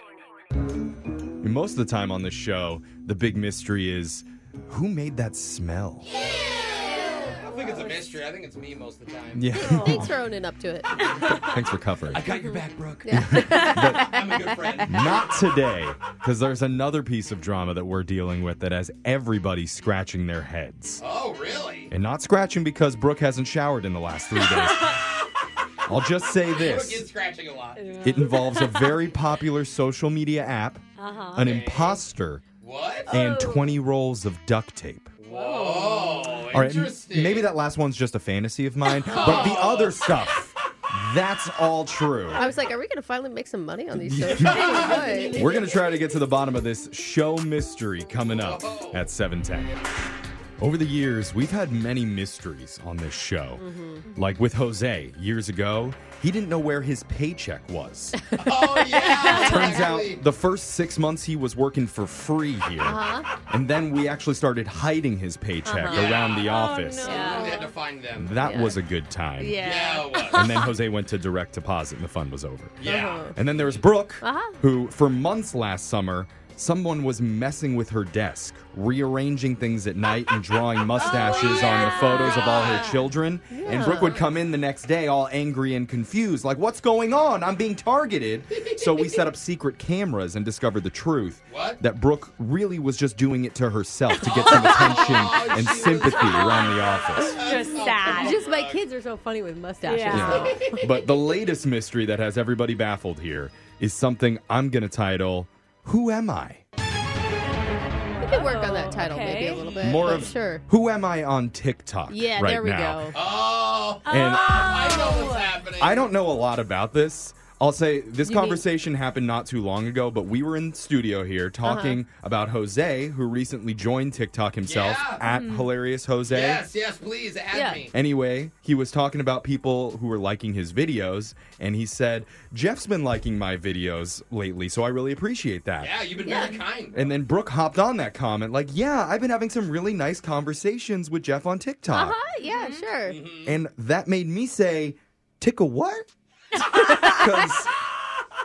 Speaker 2: Most of the time on this show, the big mystery is who made that smell?
Speaker 4: I don't think it's a mystery. I think it's me most of the time.
Speaker 2: Yeah.
Speaker 1: Thanks for owning up to it.
Speaker 2: Thanks for covering.
Speaker 4: I got your back, Brooke. I'm a good friend.
Speaker 2: Not today, because there's another piece of drama that we're dealing with that has everybody scratching their heads.
Speaker 4: Oh, really?
Speaker 2: And not scratching because Brooke hasn't showered in the last three days. I'll just say
Speaker 4: Brooke is
Speaker 2: this
Speaker 4: scratching a lot.
Speaker 2: it involves a very popular social media app, an imposter,
Speaker 4: What?
Speaker 2: and 20 rolls of duct tape.
Speaker 4: Whoa.
Speaker 8: All right, m-
Speaker 4: Interesting.
Speaker 8: maybe that last one's just a fantasy of mine, but the other stuff, that's all true.
Speaker 3: I was like, are we going to finally make some money on these shows? Hey, boy.
Speaker 2: We're going to try to get to the bottom of this show mystery coming up at 7:10. Over the years, we've had many mysteries on this show.
Speaker 4: Mm-hmm.
Speaker 2: Like with Jose years ago, he didn't know where his paycheck was.
Speaker 4: Oh yeah.
Speaker 2: Turns out
Speaker 4: exactly.
Speaker 2: the first six months he was working for free here.
Speaker 1: Uh-huh.
Speaker 4: Uh-huh.
Speaker 2: And then we actually started hiding his paycheck around
Speaker 4: Oh,
Speaker 2: the office.
Speaker 4: We had to find them.
Speaker 2: That was a good time.
Speaker 4: Yeah. it was.
Speaker 2: And then Jose went to direct deposit and the fun was over.
Speaker 4: Yeah.
Speaker 1: Uh-huh.
Speaker 4: Uh-huh.
Speaker 2: And then there was Brooke, who for months last summer, someone was messing with her desk, rearranging things at night and
Speaker 4: Oh,
Speaker 2: drawing mustaches on the photos of all her children. And Brooke would come in the next day all angry and confused, like, What's going on? I'm being targeted. so we set up secret cameras and discovered the truth
Speaker 4: What?
Speaker 2: that Brooke really was just doing it to herself to get some attention and
Speaker 4: Oh, she was-
Speaker 2: sympathy around the office.
Speaker 5: Just sad.
Speaker 3: Just my kids are so funny with mustaches.
Speaker 5: Yeah.
Speaker 2: Yeah. but the latest mystery that has everybody baffled here is something I'm going to title Who Am I?
Speaker 3: We could work on that title maybe
Speaker 5: okay.
Speaker 3: a little bit.
Speaker 2: More
Speaker 3: but
Speaker 2: of
Speaker 3: sure.
Speaker 2: Who Am I on TikTok?
Speaker 3: Yeah,
Speaker 2: right
Speaker 3: there we
Speaker 2: now.
Speaker 3: go. Ah!
Speaker 4: Oh,
Speaker 2: And
Speaker 4: I know what's happening.
Speaker 2: I don't know a lot about this. I'll say this
Speaker 3: mean-
Speaker 2: conversation happened not too long ago, but we were in studio here
Speaker 3: Uh-huh.
Speaker 2: talking about Jose, who recently joined TikTok himself
Speaker 4: Yeah.
Speaker 2: at
Speaker 3: Mm-hmm.
Speaker 2: Hilarious Jose.
Speaker 4: Yes, yes, please add
Speaker 3: Yeah.
Speaker 4: me.
Speaker 2: Anyway, he was talking about people who were liking his videos, and he said, Jeff's been liking my videos lately, so I really appreciate that.
Speaker 4: Yeah, you've been
Speaker 3: Yeah.
Speaker 4: very kind.
Speaker 2: And then Brooke hopped on that comment, like, yeah, I've been having some really nice conversations with Jeff on TikTok.
Speaker 3: Huh? Uh-huh, Yeah, sure.
Speaker 2: Mm-hmm. And that made me say, tickle what? Because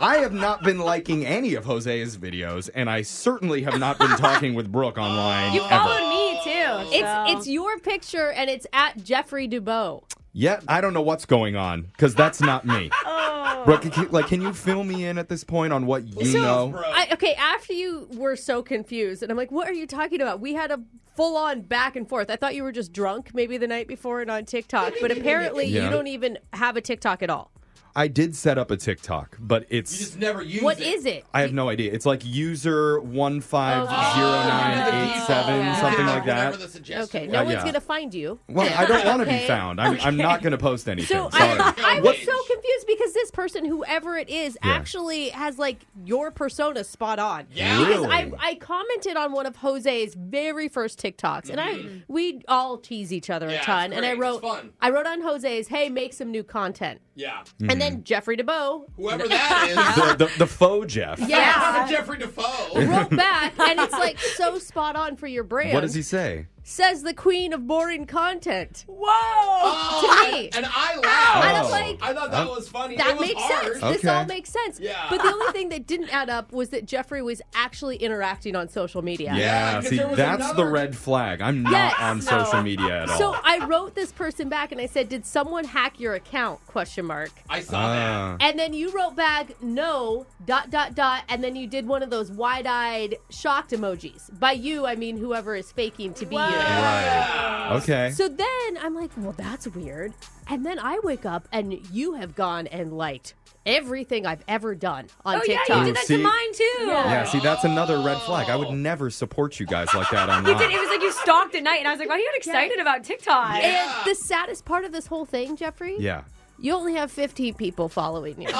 Speaker 2: I have not been liking any of Jose's videos, and I certainly have not been talking with Brooke online
Speaker 5: You
Speaker 2: ever.
Speaker 5: followed me too.
Speaker 1: It's
Speaker 5: so-
Speaker 1: it's your picture and it's at Jeffrey Dubow.
Speaker 2: Yet I don't know what's going on because that's not me.
Speaker 5: Oh.
Speaker 2: Brooke, can, like, can you fill me in at this point on what you know?
Speaker 4: Bro.
Speaker 1: I, okay, after you were so confused, and I'm like, what are you talking about? We had a full on back and forth. I thought you were just drunk maybe the night before and on TikTok, but apparently
Speaker 2: Yeah.
Speaker 1: you don't even have a TikTok at all.
Speaker 2: I did set up a TikTok, but
Speaker 4: you
Speaker 2: it's
Speaker 4: just never use
Speaker 1: What
Speaker 4: it.
Speaker 1: is it?
Speaker 2: I have no idea. It's like user one five zero nine eight seven, something like
Speaker 4: Whatever
Speaker 2: that.
Speaker 4: the suggestion
Speaker 1: Oh, Okay,
Speaker 4: was.
Speaker 1: no
Speaker 2: Uh,
Speaker 1: one's
Speaker 2: yeah.
Speaker 1: going to find you.
Speaker 2: Well, I don't want to be
Speaker 1: Okay.
Speaker 2: found. I'm, I'm not going to post anything.
Speaker 1: So
Speaker 2: Sorry.
Speaker 1: I, I was
Speaker 4: Outrage.
Speaker 1: so confused because this person, whoever it is,
Speaker 2: Yeah.
Speaker 1: actually has like your persona spot on.
Speaker 4: Yeah.
Speaker 1: Because I,
Speaker 2: Really?
Speaker 1: I commented on one of Jose's very first TikToks, and I we all tease each other
Speaker 4: Mm-hmm. Yeah,
Speaker 1: a
Speaker 4: it's
Speaker 1: ton. And
Speaker 4: great.
Speaker 1: I
Speaker 4: It's
Speaker 1: wrote
Speaker 4: fun.
Speaker 1: I wrote on Jose's, "Hey, make some new content,"
Speaker 4: Yeah.
Speaker 1: and
Speaker 2: Mm-hmm.
Speaker 1: then Jeffrey DeBow
Speaker 4: Whoever that
Speaker 2: the, the, the faux Jeff.
Speaker 4: is.
Speaker 1: Yeah.
Speaker 4: Jeffrey Defoe.
Speaker 1: wrote back, and it's like so spot on for your brand.
Speaker 2: What does he say?
Speaker 1: says? The queen of boring content.
Speaker 5: Whoa.
Speaker 4: Oh,
Speaker 1: to me.
Speaker 4: And I
Speaker 1: And
Speaker 4: laughed.
Speaker 1: I'm like,
Speaker 4: I thought that was funny.
Speaker 1: That
Speaker 4: it was
Speaker 1: makes
Speaker 4: hard.
Speaker 1: sense. This
Speaker 2: Okay.
Speaker 1: all makes sense.
Speaker 4: Yeah.
Speaker 1: But the only thing that didn't add up was that Jeffrey was actually interacting on social media.
Speaker 4: Yeah, 'cause
Speaker 2: see,
Speaker 4: there was
Speaker 2: that's the
Speaker 4: another-
Speaker 2: red flag. I'm not
Speaker 1: Yes.
Speaker 2: on social media at all.
Speaker 1: So I wrote this person back and I said, "Did someone hack your account?" question mark.
Speaker 4: I saw that.
Speaker 2: Ah.
Speaker 1: And then you wrote back, "No, dot dot dot," and then you did one of those wide-eyed shocked emojis. By you, I mean whoever is faking to be you.
Speaker 2: right. Okay.
Speaker 1: So then I'm like, "Well, that's weird." And then I wake up and you have gone and liked everything I've ever done on
Speaker 5: Oh yeah,
Speaker 1: TikTok.
Speaker 5: you
Speaker 2: Ooh,
Speaker 5: did that
Speaker 2: see?
Speaker 5: to mine too.
Speaker 2: yeah, see, that's another red flag. I would never support you guys like that online.
Speaker 5: You did. It was like you stalked at night, and I was like, "Why are you excited about TikTok?"
Speaker 1: And the saddest part of this whole thing, Jeffrey,
Speaker 2: yeah.
Speaker 1: you only have 15 people following you.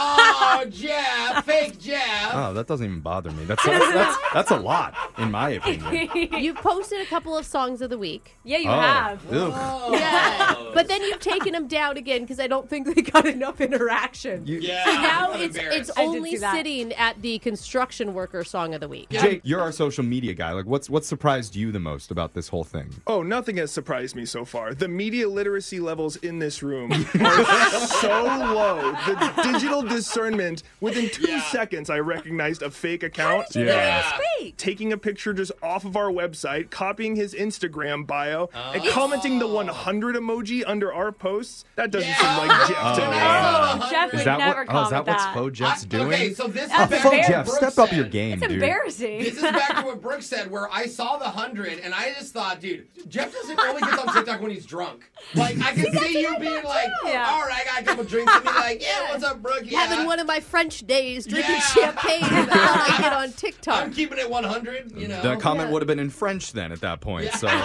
Speaker 4: Oh, Jeff. Fake Jeff.
Speaker 2: Oh, that doesn't even bother me. That's that's that's, that's a lot, in my opinion.
Speaker 1: You've posted a couple of songs of the week.
Speaker 5: yeah, you
Speaker 2: oh,
Speaker 5: have.
Speaker 2: ugh.
Speaker 1: Yeah. but then you've taken them down again because I don't think they got enough interaction.
Speaker 2: You-
Speaker 4: Yeah.
Speaker 1: So now
Speaker 4: I'm
Speaker 1: it's it's
Speaker 4: embarrassed.
Speaker 5: I did
Speaker 1: only
Speaker 5: see that.
Speaker 1: sitting at the construction worker song of the week.
Speaker 2: Jake, you're our social media guy. Like, what's what surprised you the most about this whole thing?
Speaker 6: Oh, nothing has surprised me so far. The media literacy levels in this room are so low. The digital discernment within two
Speaker 4: Yeah.
Speaker 6: seconds, I recognized a fake account.
Speaker 2: Yeah.
Speaker 6: Taking a picture just
Speaker 4: Oh.
Speaker 6: off of our website, copying his Instagram bio, and commenting the 100 emoji under our posts? That doesn't
Speaker 4: Yeah.
Speaker 6: seem like Jeff to
Speaker 4: Oh,
Speaker 6: me.
Speaker 4: yeah.
Speaker 5: Oh, Jeff
Speaker 4: Is
Speaker 5: would
Speaker 2: that
Speaker 5: never
Speaker 2: what?
Speaker 5: call
Speaker 2: Oh, is that
Speaker 5: with
Speaker 2: what's
Speaker 5: that.
Speaker 2: Fo Jeff's
Speaker 4: I-
Speaker 2: doing?
Speaker 4: Okay, so this
Speaker 5: That's
Speaker 4: is
Speaker 5: a
Speaker 8: Fo
Speaker 5: Bear
Speaker 4: back to
Speaker 8: Jeff,
Speaker 4: what
Speaker 8: step
Speaker 4: Brooks
Speaker 8: up your
Speaker 4: said.
Speaker 8: game,
Speaker 5: It's
Speaker 8: dude.
Speaker 5: embarrassing.
Speaker 4: This is back to what Brooks said, where I saw the hundred and I just thought, dude, Jeff doesn't only gets on TikTok when he's drunk. Like I can see you being like,
Speaker 5: Yeah.
Speaker 4: all right, I got a couple drinks and be like, yeah, what's up, Brooke? Yeah.
Speaker 3: Having one of my French days, drinking
Speaker 4: Yeah.
Speaker 3: champagne. and I thought I'd get on
Speaker 4: I'm
Speaker 3: TikTok.
Speaker 4: keeping it 100. You know.
Speaker 2: The comment would have been in French then at that point. So, well,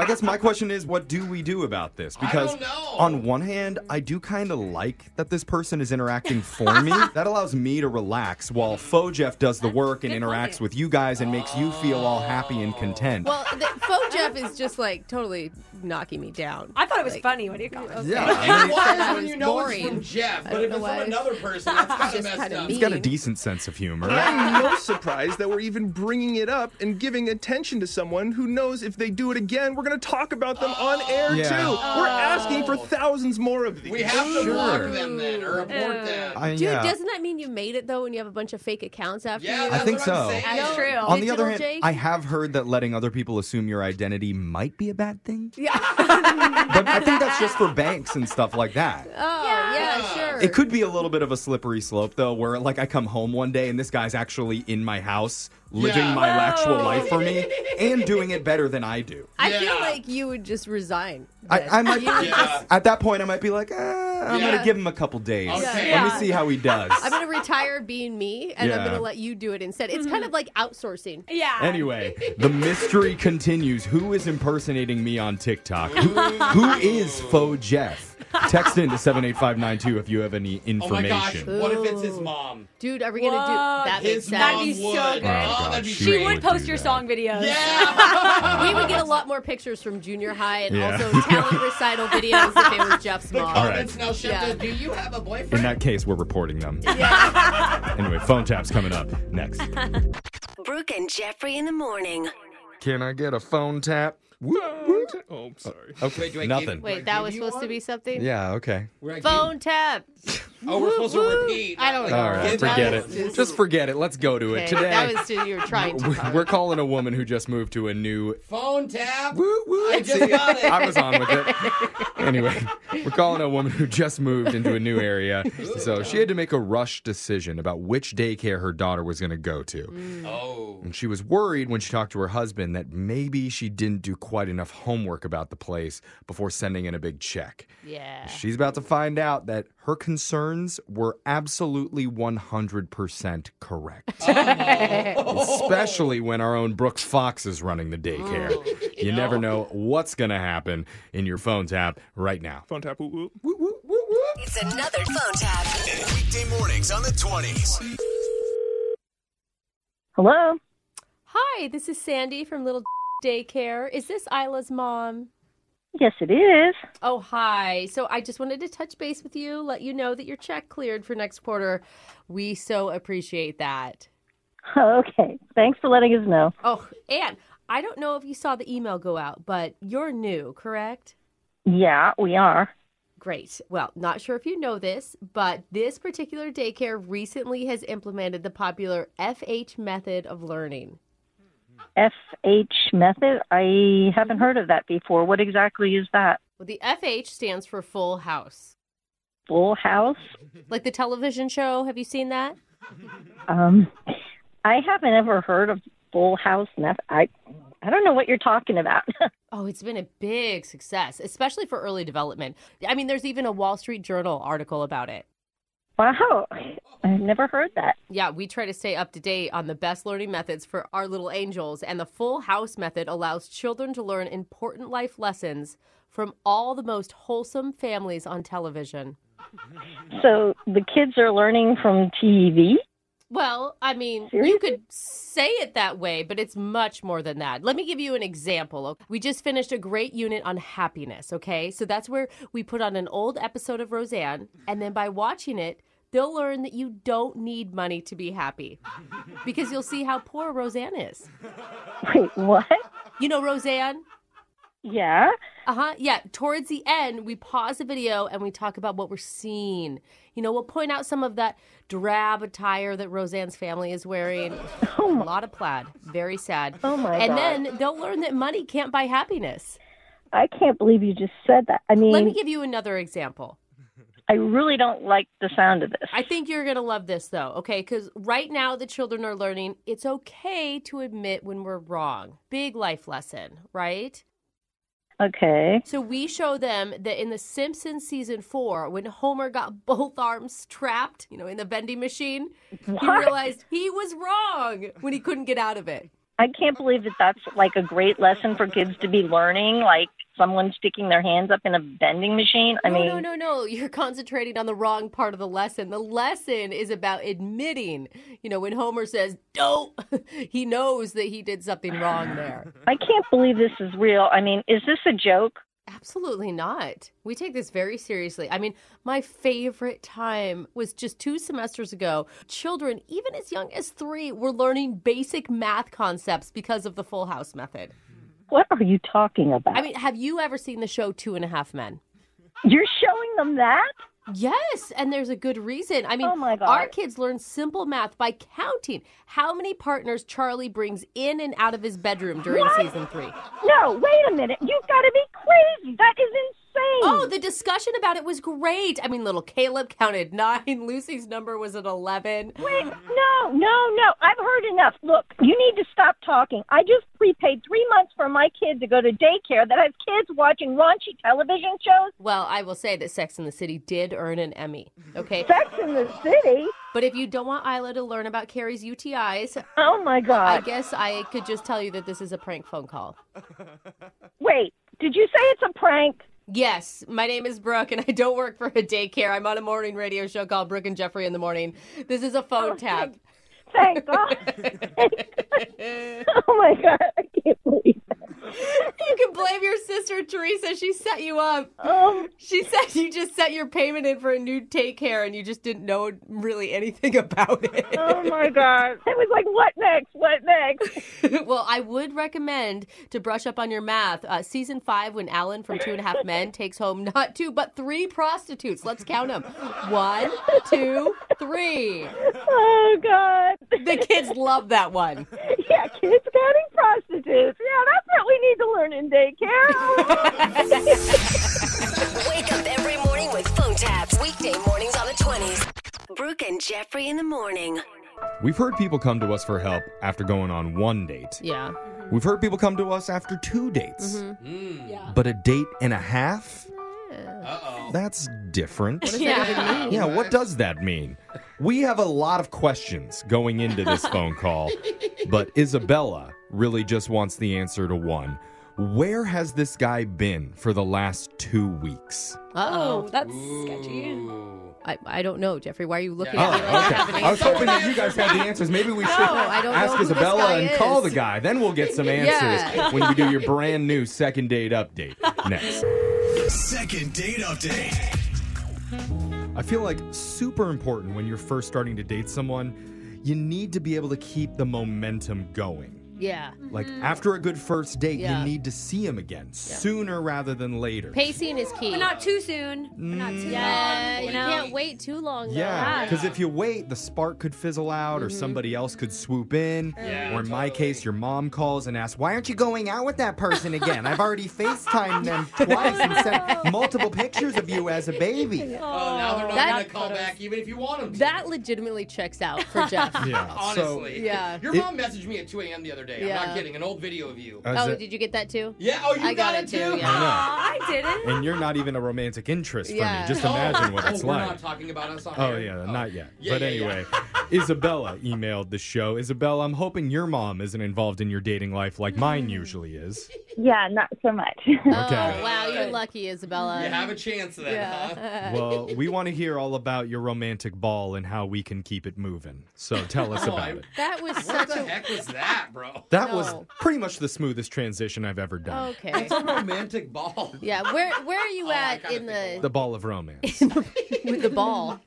Speaker 2: I guess my question is, what do we do about this? Because
Speaker 4: don't know.
Speaker 2: on one hand, I do kind of like that this person is interacting for me. That allows me to relax while Faux Jeff does the work and
Speaker 5: good
Speaker 2: interacts
Speaker 5: point.
Speaker 2: with you guys and makes you feel all happy and content.
Speaker 3: Well, the, Faux Jeff is just like totally knocking me down.
Speaker 5: I thought it was
Speaker 3: Like,
Speaker 5: funny. What do you call it?
Speaker 2: yeah,
Speaker 4: It's
Speaker 2: I mean,
Speaker 4: wild
Speaker 3: That
Speaker 4: when
Speaker 3: was
Speaker 4: you know it's from
Speaker 3: boring.
Speaker 4: Jeff, but
Speaker 3: don't
Speaker 4: if
Speaker 3: know
Speaker 4: it's from
Speaker 3: why.
Speaker 4: another person, that's kind of
Speaker 3: Just
Speaker 4: messed
Speaker 3: kinda
Speaker 4: up.
Speaker 2: he's got a decent sense of humor.
Speaker 6: I'm no surprise that we're even bringing it up and giving attention to someone who knows if they do it again, we're going to talk about them on air
Speaker 2: Yeah.
Speaker 6: too. We're asking for thousands more of these.
Speaker 4: We have to
Speaker 2: Sure.
Speaker 4: block them then or abort them.
Speaker 2: I,
Speaker 3: Dude,
Speaker 2: yeah.
Speaker 3: doesn't that mean you made it though when you have a bunch of fake accounts after
Speaker 4: yeah,
Speaker 3: you?
Speaker 4: that's
Speaker 2: think
Speaker 4: what
Speaker 2: so.
Speaker 4: I'm saying.
Speaker 5: That's true.
Speaker 2: on the other hand,
Speaker 3: Digital Jake?
Speaker 2: I have heard that letting other people assume your identity might be a bad thing.
Speaker 5: Yeah.
Speaker 2: But I think that's just for banks and stuff like that.
Speaker 3: Oh, yeah, sure.
Speaker 2: It could be a little bit of a slippery slope though, where like I come home one day and this guy's actually in my house living
Speaker 4: Yeah.
Speaker 2: my
Speaker 5: Whoa.
Speaker 2: actual life for me and doing it better than I do.
Speaker 3: I
Speaker 4: Yeah.
Speaker 3: feel like you would just resign. then.
Speaker 2: I, I might
Speaker 4: Yeah.
Speaker 2: at that point I might be like, eh, I'm
Speaker 4: Yeah.
Speaker 2: gonna give him a couple days.
Speaker 4: Okay.
Speaker 2: Let
Speaker 5: Yeah.
Speaker 2: me see how he does.
Speaker 3: I'm going to retire being me and I'm
Speaker 2: Yeah.
Speaker 3: going to let you do it instead. It's kind of like outsourcing.
Speaker 5: Mm-hmm. yeah.
Speaker 2: Anyway, the mystery continues. Who is impersonating me on TikTok? Who, who is faux Jeff? Text in to 78592 if you have any
Speaker 4: Oh my gosh,
Speaker 2: information.
Speaker 4: what if it's his mom?
Speaker 3: Dude, are we going to do
Speaker 5: Whoa,
Speaker 3: that? Makes
Speaker 4: His
Speaker 5: That'd
Speaker 4: mom
Speaker 5: be
Speaker 3: sense.
Speaker 5: so
Speaker 4: would.
Speaker 5: good.
Speaker 4: Oh,
Speaker 2: Oh,
Speaker 4: that'd be
Speaker 2: God,
Speaker 5: she
Speaker 2: She
Speaker 5: would
Speaker 2: would
Speaker 5: post
Speaker 2: do
Speaker 5: your
Speaker 2: that.
Speaker 5: song videos.
Speaker 4: Yeah.
Speaker 3: We would get a lot more pictures from junior high and
Speaker 2: Yeah.
Speaker 3: also talent recital videos if it was Jeff's
Speaker 4: the
Speaker 3: mom.
Speaker 4: comments now shift
Speaker 3: Yeah.
Speaker 4: to, do you have a boyfriend?
Speaker 2: In that case, we're reporting them. anyway, phone tap's coming up next.
Speaker 7: Brooke and Jeffrey in the morning.
Speaker 2: Can I get a phone tap?
Speaker 6: Oh, sorry.
Speaker 2: Okay,
Speaker 4: Wait, do I give-
Speaker 2: nothing.
Speaker 3: Wait, that was supposed to be something?
Speaker 2: Yeah, okay.
Speaker 4: We're at
Speaker 3: Phone tap.
Speaker 4: game- Oh, we're supposed to repeat.
Speaker 3: I don't know.
Speaker 2: All right,
Speaker 4: That
Speaker 2: forget
Speaker 4: was
Speaker 2: it. Just forget it. Let's go to it.
Speaker 3: Okay,
Speaker 2: Today,
Speaker 3: That was to, you were trying to.
Speaker 2: we- we're calling a woman who just moved to a new
Speaker 4: Phone tap.
Speaker 2: Woo, woo.
Speaker 4: I just got it.
Speaker 2: I was on with it. Anyway, we're calling a woman who just moved into a new area. So she had to make a rush decision about which daycare her daughter was going to go to.
Speaker 4: Oh.
Speaker 2: And she was worried when she talked to her husband that maybe she didn't do quite enough homework about the place before sending in a big check.
Speaker 3: Yeah.
Speaker 2: She's about to find out that her concerns were absolutely 100% correct. Especially when our own Brooks Fox is running the daycare. You never know what's going to happen in your phone tap right now.
Speaker 6: Phone tap. Whoop, whoop.
Speaker 7: It's another phone tap.
Speaker 9: Weekday mornings on the 20s.
Speaker 10: Hello.
Speaker 1: Hi, this is Sandy from Little Daycare. Is this Isla's mom?
Speaker 10: Yes, it is.
Speaker 1: Oh, hi. So I just wanted to touch base with you, let you know that your check cleared for next quarter. We so appreciate that.
Speaker 10: Okay. Thanks for letting us know.
Speaker 1: Oh, and I don't know if you saw the email go out, but you're new, correct?
Speaker 10: Yeah, we are.
Speaker 1: Great. Well, not sure if you know this, but this particular daycare recently has implemented the popular FH method of learning.
Speaker 10: FH method. I haven't heard of that before. What exactly is that?
Speaker 1: Well, the FH stands for full house.
Speaker 10: Full house.
Speaker 1: Like the television show, have you seen that?
Speaker 10: Um, I haven't ever heard of full house method. I, I don't know what you're talking about.
Speaker 1: Oh, it's been a big success, especially for early development. I mean, there's even a Wall Street Journal article about it.
Speaker 10: wow, I've never heard that.
Speaker 1: Yeah, we try to stay up to date on the best learning methods for our little angels, and the Full House method allows children to learn important life lessons from all the most wholesome families on television.
Speaker 10: So the kids are learning from TV.
Speaker 1: Well, I mean, you could say it that way, but it's much more than that. Let me give you an example. We just finished a great unit on happiness, okay? So that's where we put on an old episode of Roseanne, and then by watching it, they'll learn that you don't need money to be happy because you'll see how poor Roseanne is.
Speaker 10: Wait, what?
Speaker 1: You know Roseanne?
Speaker 10: Yeah.
Speaker 1: Uh huh. Yeah. Towards the end, we pause the video and we talk about what we're seeing. You know, we'll point out some of that drab attire that Roseanne's family is wearing. a lot of plaid. Very sad.
Speaker 10: Oh my
Speaker 1: And
Speaker 10: God.
Speaker 1: then they'll learn that money can't buy happiness.
Speaker 10: I can't believe you just said that. I mean,
Speaker 1: Let me give you another example.
Speaker 10: I really don't like the sound of this.
Speaker 1: I think you're going to love this though, okay? Because right now the children are learning it's okay to admit when we're wrong. Big life lesson, right?
Speaker 10: Okay.
Speaker 1: So we show them that in The Simpsons season four, when Homer got both arms trapped, you know, in the vending machine, he
Speaker 10: What?
Speaker 1: realized he was wrong when he couldn't get out of it.
Speaker 10: I can't believe that that's like a great lesson for kids to be learning, like someone sticking their hands up in a vending machine. I
Speaker 1: no,
Speaker 10: mean,
Speaker 1: no, no, no. You're concentrating on the wrong part of the lesson. The lesson is about admitting. You know, when Homer says, don't, he knows that he did something wrong there.
Speaker 10: I can't believe this is real. I mean, is this a joke?
Speaker 1: Absolutely not. We take this very seriously. I mean, my favorite time was just two semesters ago. Children, even as young as three, were learning basic math concepts because of the Full House method.
Speaker 10: What are you talking about?
Speaker 1: I mean, have you ever seen the show Two and a Half Men?
Speaker 10: You're showing them that?
Speaker 1: Yes, and there's a good reason. I mean,
Speaker 10: Oh my God.
Speaker 1: our kids learn simple math by counting how many partners Charlie brings in and out of his bedroom during
Speaker 10: What?
Speaker 1: season three.
Speaker 10: No, wait a minute. You've got to be crazy. That is insane.
Speaker 1: Oh, the discussion about it was great. I mean, little Caleb counted nine. Lucy's number was at 11.
Speaker 10: Wait, no, no, no. I've heard enough. Look, you need to stop talking. I just prepaid three months for my kid to go to daycare that has kids watching raunchy television shows.
Speaker 1: Well, I will say that Sex in the City did earn an Emmy. Okay.
Speaker 10: Sex in the City?
Speaker 1: But if you don't want Isla to learn about Carrie's UTIs,
Speaker 10: Oh, my
Speaker 1: I
Speaker 10: God.
Speaker 1: guess I could just tell you that this is a prank phone call.
Speaker 10: Wait, did you say it's a prank?
Speaker 1: Yes, my name is Brooke, and I don't work for a daycare. I'm on a morning radio show called Brooke and Jeffrey in the Morning. This is a phone tap.
Speaker 10: Oh, Thank God. oh, my God. I can't believe it.
Speaker 1: You can blame your sister, Teresa. She set you up.
Speaker 10: Um,
Speaker 1: She said you just set your payment in for a new daycare, and you just didn't know really anything about it.
Speaker 10: oh, my God. It was like, what next? What next?
Speaker 1: well, I would recommend to brush up on your math. Uh, season five, when Alan from Two and a Half Men takes home not two but three prostitutes. Let's count them: one, two, three.
Speaker 10: Oh, God.
Speaker 1: The kids love that one.
Speaker 10: Yeah, kids counting prostitutes. Yeah, that's what we need to learn in daycare.
Speaker 7: Wake up every morning with phone taps. Weekday mornings on the 20s. Brooke and Jeffrey in the morning.
Speaker 2: We've heard people come to us for help after going on one date.
Speaker 1: Yeah.
Speaker 2: We've heard people come to us after two dates.
Speaker 4: Hmm.
Speaker 2: But a date and a half? That's different.
Speaker 1: Yeah.
Speaker 2: Yeah, what does that mean? We have a lot of questions going into this phone call, but Isabella really just wants the answer to one. Where has this guy been for the last two weeks?
Speaker 1: Oh,
Speaker 5: Oh, that's sketchy.
Speaker 4: Ooh.
Speaker 1: I, I don't know, Jeffrey. Why are you looking
Speaker 4: Yeah.
Speaker 1: at me? like I
Speaker 2: Oh,
Speaker 1: have an
Speaker 2: okay. I was
Speaker 1: answer?
Speaker 2: hoping that you guys had the answers. Maybe we should
Speaker 1: Oh, I don't know
Speaker 2: ask
Speaker 1: who this
Speaker 2: Isabella
Speaker 1: guy
Speaker 2: and call the
Speaker 1: is.
Speaker 2: guy. Then we'll get some answers
Speaker 1: Yeah.
Speaker 2: when you do your brand new second date update next.
Speaker 9: Second date update.
Speaker 2: I feel like super important when you're first starting to date someone, you need to be able to keep the momentum going.
Speaker 1: Yeah.
Speaker 2: Like
Speaker 4: Mm-hmm.
Speaker 2: after a good first date,
Speaker 1: Mm-hmm. Yeah.
Speaker 2: you need to see him again sooner rather than later.
Speaker 1: Pacing is key.
Speaker 5: But not too soon. But not too
Speaker 1: yeah,
Speaker 5: long.
Speaker 1: you
Speaker 5: You know?
Speaker 1: can't wait too long. though.
Speaker 2: Mm. Yeah,
Speaker 5: Yeah.
Speaker 2: because if you wait, the spark could fizzle out, or somebody else could swoop in.
Speaker 4: Yeah,
Speaker 2: or in my case, your mom calls and asks, "Why aren't you going out with that person again? I've already FaceTimed them twice and sent multiple pictures of you as a baby."
Speaker 4: Oh, now they're not
Speaker 1: That-
Speaker 4: going to call back even if you want them to.
Speaker 1: That legitimately checks out for Jeff.
Speaker 2: Yeah, so.
Speaker 4: Honestly.
Speaker 1: Yeah.
Speaker 4: Your
Speaker 2: It-
Speaker 4: mom messaged me at 2 a.m. the other day. I'm
Speaker 1: Yeah.
Speaker 4: not kidding. An old video of you.
Speaker 1: oh,
Speaker 2: as a-
Speaker 1: did you get that too?
Speaker 4: yeah. Oh, you
Speaker 1: I got it too, yeah.
Speaker 5: Aw, I didn't.
Speaker 2: and you're not even a romantic interest for
Speaker 1: Yeah.
Speaker 2: me. Just imagine what
Speaker 4: oh,
Speaker 2: it's
Speaker 4: we're
Speaker 2: like.
Speaker 4: not talking about us on
Speaker 2: Oh
Speaker 4: air.
Speaker 2: yeah, not yet.
Speaker 4: Yeah,
Speaker 2: but
Speaker 4: yeah, yeah.
Speaker 2: anyway, Isabella emailed the show. Isabella, I'm hoping your mom isn't involved in your dating life like
Speaker 1: Mm.
Speaker 2: mine usually is.
Speaker 10: yeah, not so much.
Speaker 2: Okay.
Speaker 1: Oh, wow. You're lucky, Isabella. Uh,
Speaker 4: You have a chance then, huh?
Speaker 2: Well, we want to hear all about your romantic ball and how we can keep it moving. So tell us
Speaker 4: Oh,
Speaker 2: about
Speaker 4: I-
Speaker 2: it.
Speaker 1: That was
Speaker 4: What
Speaker 1: such
Speaker 4: the
Speaker 1: a.
Speaker 4: heck was that, bro?
Speaker 2: That was
Speaker 1: No.
Speaker 2: pretty much the smoothest transition I've ever done.
Speaker 1: Okay.
Speaker 4: It's a romantic ball.
Speaker 1: Yeah. Where Where are you
Speaker 4: Oh, I
Speaker 1: at
Speaker 4: kinda
Speaker 1: in
Speaker 4: think
Speaker 1: the
Speaker 2: The ball of romance.
Speaker 1: with the ball?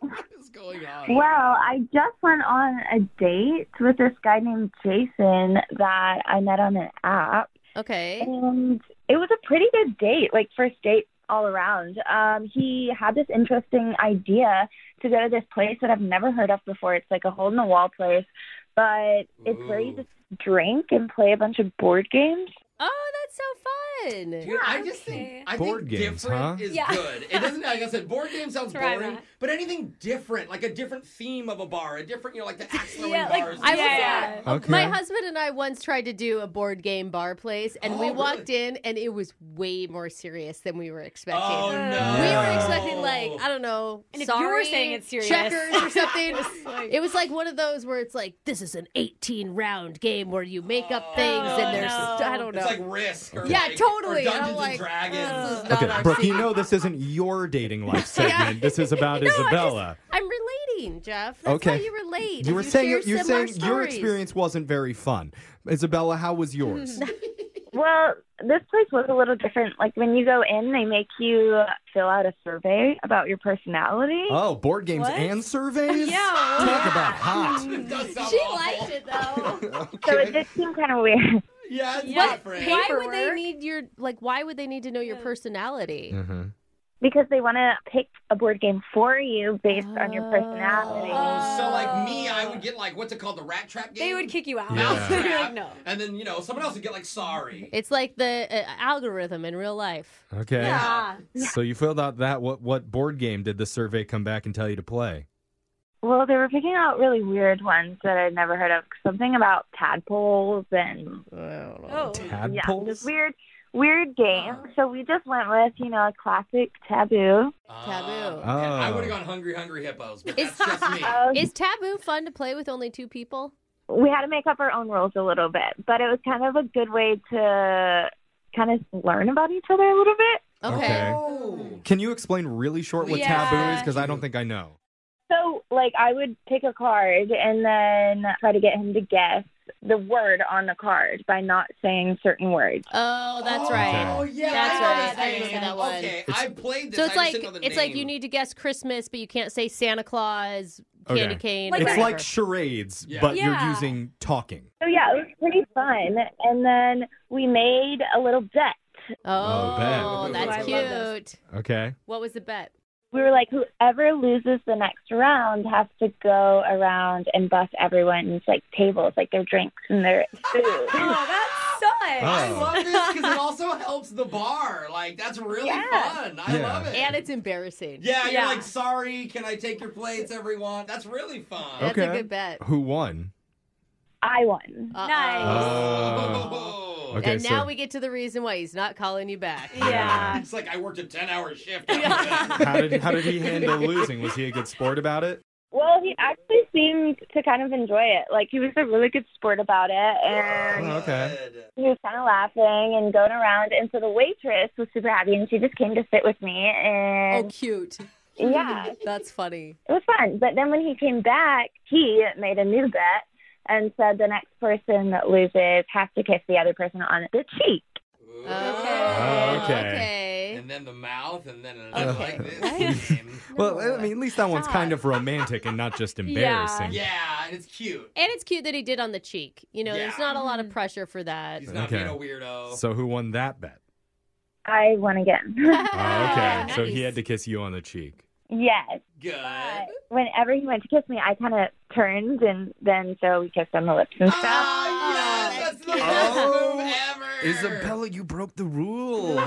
Speaker 4: What is going on?
Speaker 10: Well, I just went on a date with this guy named Jason that I met on an app,
Speaker 1: Okay.
Speaker 10: and it was a pretty good date, like first date all around. Um, he had this interesting idea to go to this place that I've never heard of before. It's like a hole in the wall place, but it's where you
Speaker 4: Ooh.
Speaker 10: just drink and play a bunch of board games.
Speaker 1: Oh, that's so fun.
Speaker 4: Dude, I just think I
Speaker 2: Board
Speaker 4: think
Speaker 2: games,
Speaker 4: different
Speaker 2: huh?
Speaker 4: is
Speaker 1: Yeah.
Speaker 4: good. It doesn't. Like I said, board game sounds
Speaker 1: That's where I'm
Speaker 4: boring,
Speaker 1: at.
Speaker 4: but anything different, like a different theme of a bar, a different, you know, like the axe throwing
Speaker 1: Yeah, like,
Speaker 4: bars.
Speaker 1: I will Yeah.
Speaker 2: say- Okay.
Speaker 1: My husband and I once tried to do a board game bar place, and
Speaker 4: Oh,
Speaker 1: we
Speaker 4: really?
Speaker 1: walked in, and it was way more serious than we were expecting.
Speaker 4: Oh, no.
Speaker 1: We were expecting like I don't know.
Speaker 5: And if you
Speaker 1: sorry,
Speaker 5: were saying it's serious.
Speaker 1: checkers or something.
Speaker 5: like-
Speaker 1: it was like one of those where it's like this is an 18 round game where you make up things, and there's
Speaker 5: no.
Speaker 1: I don't know.
Speaker 4: Oh, It's like Risk. Or
Speaker 1: Yeah,
Speaker 4: like,
Speaker 1: totally. And
Speaker 4: Or
Speaker 1: I'm
Speaker 4: Dungeons
Speaker 1: like,
Speaker 4: and Dragons.
Speaker 1: this is not
Speaker 8: Okay,
Speaker 1: our
Speaker 8: Brooke,
Speaker 1: scene.
Speaker 8: you know this isn't your dating life segment. This is about Isabella.
Speaker 1: I'm relating, Jeff. That's
Speaker 8: Okay.
Speaker 1: how you relate.
Speaker 8: You were saying
Speaker 1: share
Speaker 8: you're, you're
Speaker 1: similar
Speaker 8: saying your
Speaker 1: stories.
Speaker 8: experience wasn't very fun. Isabella, how was yours?
Speaker 10: Well, this place was a little different. Like when you go in, they make you fill out a survey about your personality.
Speaker 8: oh, board games
Speaker 5: What?
Speaker 8: and surveys?
Speaker 5: Yeah,
Speaker 8: Talk about hot.
Speaker 4: It does sound
Speaker 1: She
Speaker 4: awful.
Speaker 1: liked it though.
Speaker 10: So it did seem kind of weird.
Speaker 4: Yeah, it's
Speaker 5: Yeah.
Speaker 4: different.
Speaker 5: Hey,
Speaker 1: why would they
Speaker 5: Paperwork.
Speaker 1: need your like why would they need to know your
Speaker 5: Yeah.
Speaker 1: personality
Speaker 8: Mm-hmm.
Speaker 10: Because they want to pick a board game for you based on your personality.
Speaker 4: Oh, so like me, I would get like what's it called, the Rat Trap game.
Speaker 5: They would kick you out.
Speaker 4: Mouse
Speaker 5: They'd be
Speaker 4: trap,
Speaker 5: like, no.
Speaker 4: And then you know someone else would get like sorry.
Speaker 1: it's like the uh, algorithm in real life
Speaker 8: Okay.
Speaker 5: Ah,
Speaker 8: So you filled out that. What what board game did the survey come back and tell you to play?
Speaker 10: Well, they were picking out really weird ones that I'd never heard of. Something about tadpoles and
Speaker 5: oh.
Speaker 10: yeah, just
Speaker 8: Tadpoles?
Speaker 10: weird, weird games. So we just went with you know a classic taboo.
Speaker 1: Taboo.
Speaker 4: Uh, man, I
Speaker 8: Oh.
Speaker 4: would have gone hungry, hungry hippos, but
Speaker 1: It's-
Speaker 4: that's just me.
Speaker 10: So
Speaker 1: is taboo fun to play with only two people
Speaker 10: we had to make up our own rules a little bit, but it was kind of a good way to kind of learn about each other a little bit.
Speaker 1: okay,
Speaker 4: Oh.
Speaker 8: Can you explain really short what
Speaker 5: Yeah.
Speaker 8: taboo is? Because I don't think I know.
Speaker 10: So, like, I would pick a card and then try to get him to guess the word on the card by not saying certain words.
Speaker 1: oh that's
Speaker 4: oh,
Speaker 1: right
Speaker 4: Oh yeah,
Speaker 1: That's
Speaker 4: I know
Speaker 1: right.
Speaker 4: this
Speaker 1: I remember
Speaker 4: game.
Speaker 1: that one.
Speaker 4: Okay, I played this.
Speaker 1: so it's
Speaker 4: I just
Speaker 1: like
Speaker 4: didn't know the
Speaker 1: it's like
Speaker 4: name.
Speaker 1: you need to guess christmas but you can't say santa claus
Speaker 8: Okay.
Speaker 1: candy cane
Speaker 5: Like
Speaker 1: or
Speaker 8: it's
Speaker 5: whatever.
Speaker 8: like charades,
Speaker 4: Yeah.
Speaker 8: but you're
Speaker 5: Yeah.
Speaker 8: using talking.
Speaker 5: Oh,
Speaker 10: So, yeah, it
Speaker 1: Oh,
Speaker 10: was pretty fun. And then we made a little bet.
Speaker 1: oh
Speaker 8: Oh,
Speaker 4: bet.
Speaker 1: that's
Speaker 5: Ooh, I love
Speaker 1: cute
Speaker 8: Okay.
Speaker 1: what was the bet
Speaker 10: We were like, whoever loses the next round has to go around and bust everyone's like tables, like their drinks and their food.
Speaker 5: Oh, that's sucks.
Speaker 4: I
Speaker 8: Oh.
Speaker 4: love this because it also helps the bar. Like that's really
Speaker 10: Yeah.
Speaker 4: fun. I
Speaker 8: Yeah.
Speaker 4: love it.
Speaker 1: and it's embarrassing
Speaker 4: yeah, you're
Speaker 5: Yeah.
Speaker 4: like sorry. Can I take your plates, everyone? That's really fun.
Speaker 1: that's a
Speaker 8: Okay.
Speaker 1: good bet
Speaker 8: Who won?
Speaker 10: I won.
Speaker 1: Uh-oh.
Speaker 5: Nice.
Speaker 4: Oh.
Speaker 8: Uh, Okay,
Speaker 1: and now
Speaker 8: so-
Speaker 1: we get to the reason why he's not calling you back
Speaker 5: Yeah.
Speaker 4: It's like I worked a ten-hour shift.
Speaker 8: How did how did he handle losing? Was he a good sport about it?
Speaker 10: Well, he actually seemed to kind of enjoy it. Like he was a really good sport about it,
Speaker 2: Oh,
Speaker 10: and
Speaker 8: Oh, Okay.
Speaker 4: Good.
Speaker 10: he was kind of laughing and going around. And so the waitress was super happy, and she just came to sit with me,
Speaker 1: oh
Speaker 10: and
Speaker 1: cute
Speaker 10: yeah,
Speaker 1: that's funny
Speaker 10: it was fun. But then when he came back, he made a new bet and said the next person that loses has to kiss the other person on the cheek.
Speaker 4: Ooh.
Speaker 1: Okay.
Speaker 8: Oh, okay.
Speaker 4: And then the mouth, and then another like
Speaker 8: Okay.
Speaker 4: this. game.
Speaker 8: Well, I mean, at least that one's
Speaker 1: Stop.
Speaker 8: kind of romantic and not just embarrassing.
Speaker 4: Yeah, and it's cute.
Speaker 1: And it's cute that he did on the cheek. You know, there's
Speaker 4: Yeah.
Speaker 1: not a lot of pressure for that.
Speaker 4: He's not
Speaker 8: Okay.
Speaker 4: being a weirdo.
Speaker 8: So who won that bet?
Speaker 10: I won again.
Speaker 8: Oh,
Speaker 2: Ah,
Speaker 8: okay. So he had to kiss you on the cheek.
Speaker 10: yes.
Speaker 4: Good.
Speaker 10: But whenever he went to kiss me, I kind of turned, and then so we kissed on the lips and stuff.
Speaker 4: Ah, yes, that's the best
Speaker 8: Oh,
Speaker 4: move ever.
Speaker 8: Isabella, you broke the rules.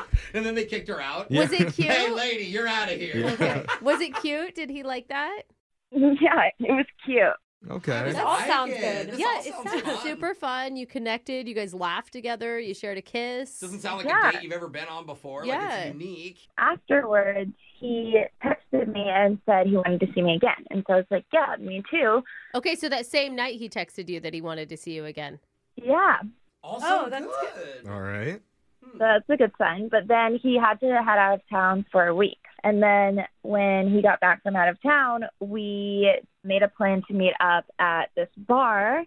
Speaker 4: And then they kicked her out.
Speaker 1: Was it cute?
Speaker 4: Hey, lady, you're out of here.
Speaker 8: Yeah.
Speaker 1: Was it cute? Did he like that?
Speaker 10: yeah, it was cute.
Speaker 8: Okay.
Speaker 5: all
Speaker 4: I like
Speaker 5: sounds
Speaker 4: it.
Speaker 5: good.
Speaker 4: This
Speaker 1: yeah,
Speaker 4: all
Speaker 1: it
Speaker 4: sounds
Speaker 1: sounds
Speaker 4: fun.
Speaker 1: super fun. You connected. You guys laughed together. You shared a kiss.
Speaker 4: Doesn't sound like
Speaker 10: Yeah.
Speaker 4: a date you've ever been on before.
Speaker 1: Yeah.
Speaker 4: Like it's unique.
Speaker 10: afterwards, he texted me and said he wanted to see me again. And so I was like, yeah, me too.
Speaker 1: Okay, so that same night he texted you that he wanted to see you again.
Speaker 10: Yeah,
Speaker 4: Also
Speaker 5: Oh, that's
Speaker 4: good.
Speaker 8: All right.
Speaker 10: so that's a good sign. But then he had to head out of town for a week. And then when he got back from out of town, we made a plan to meet up at this bar.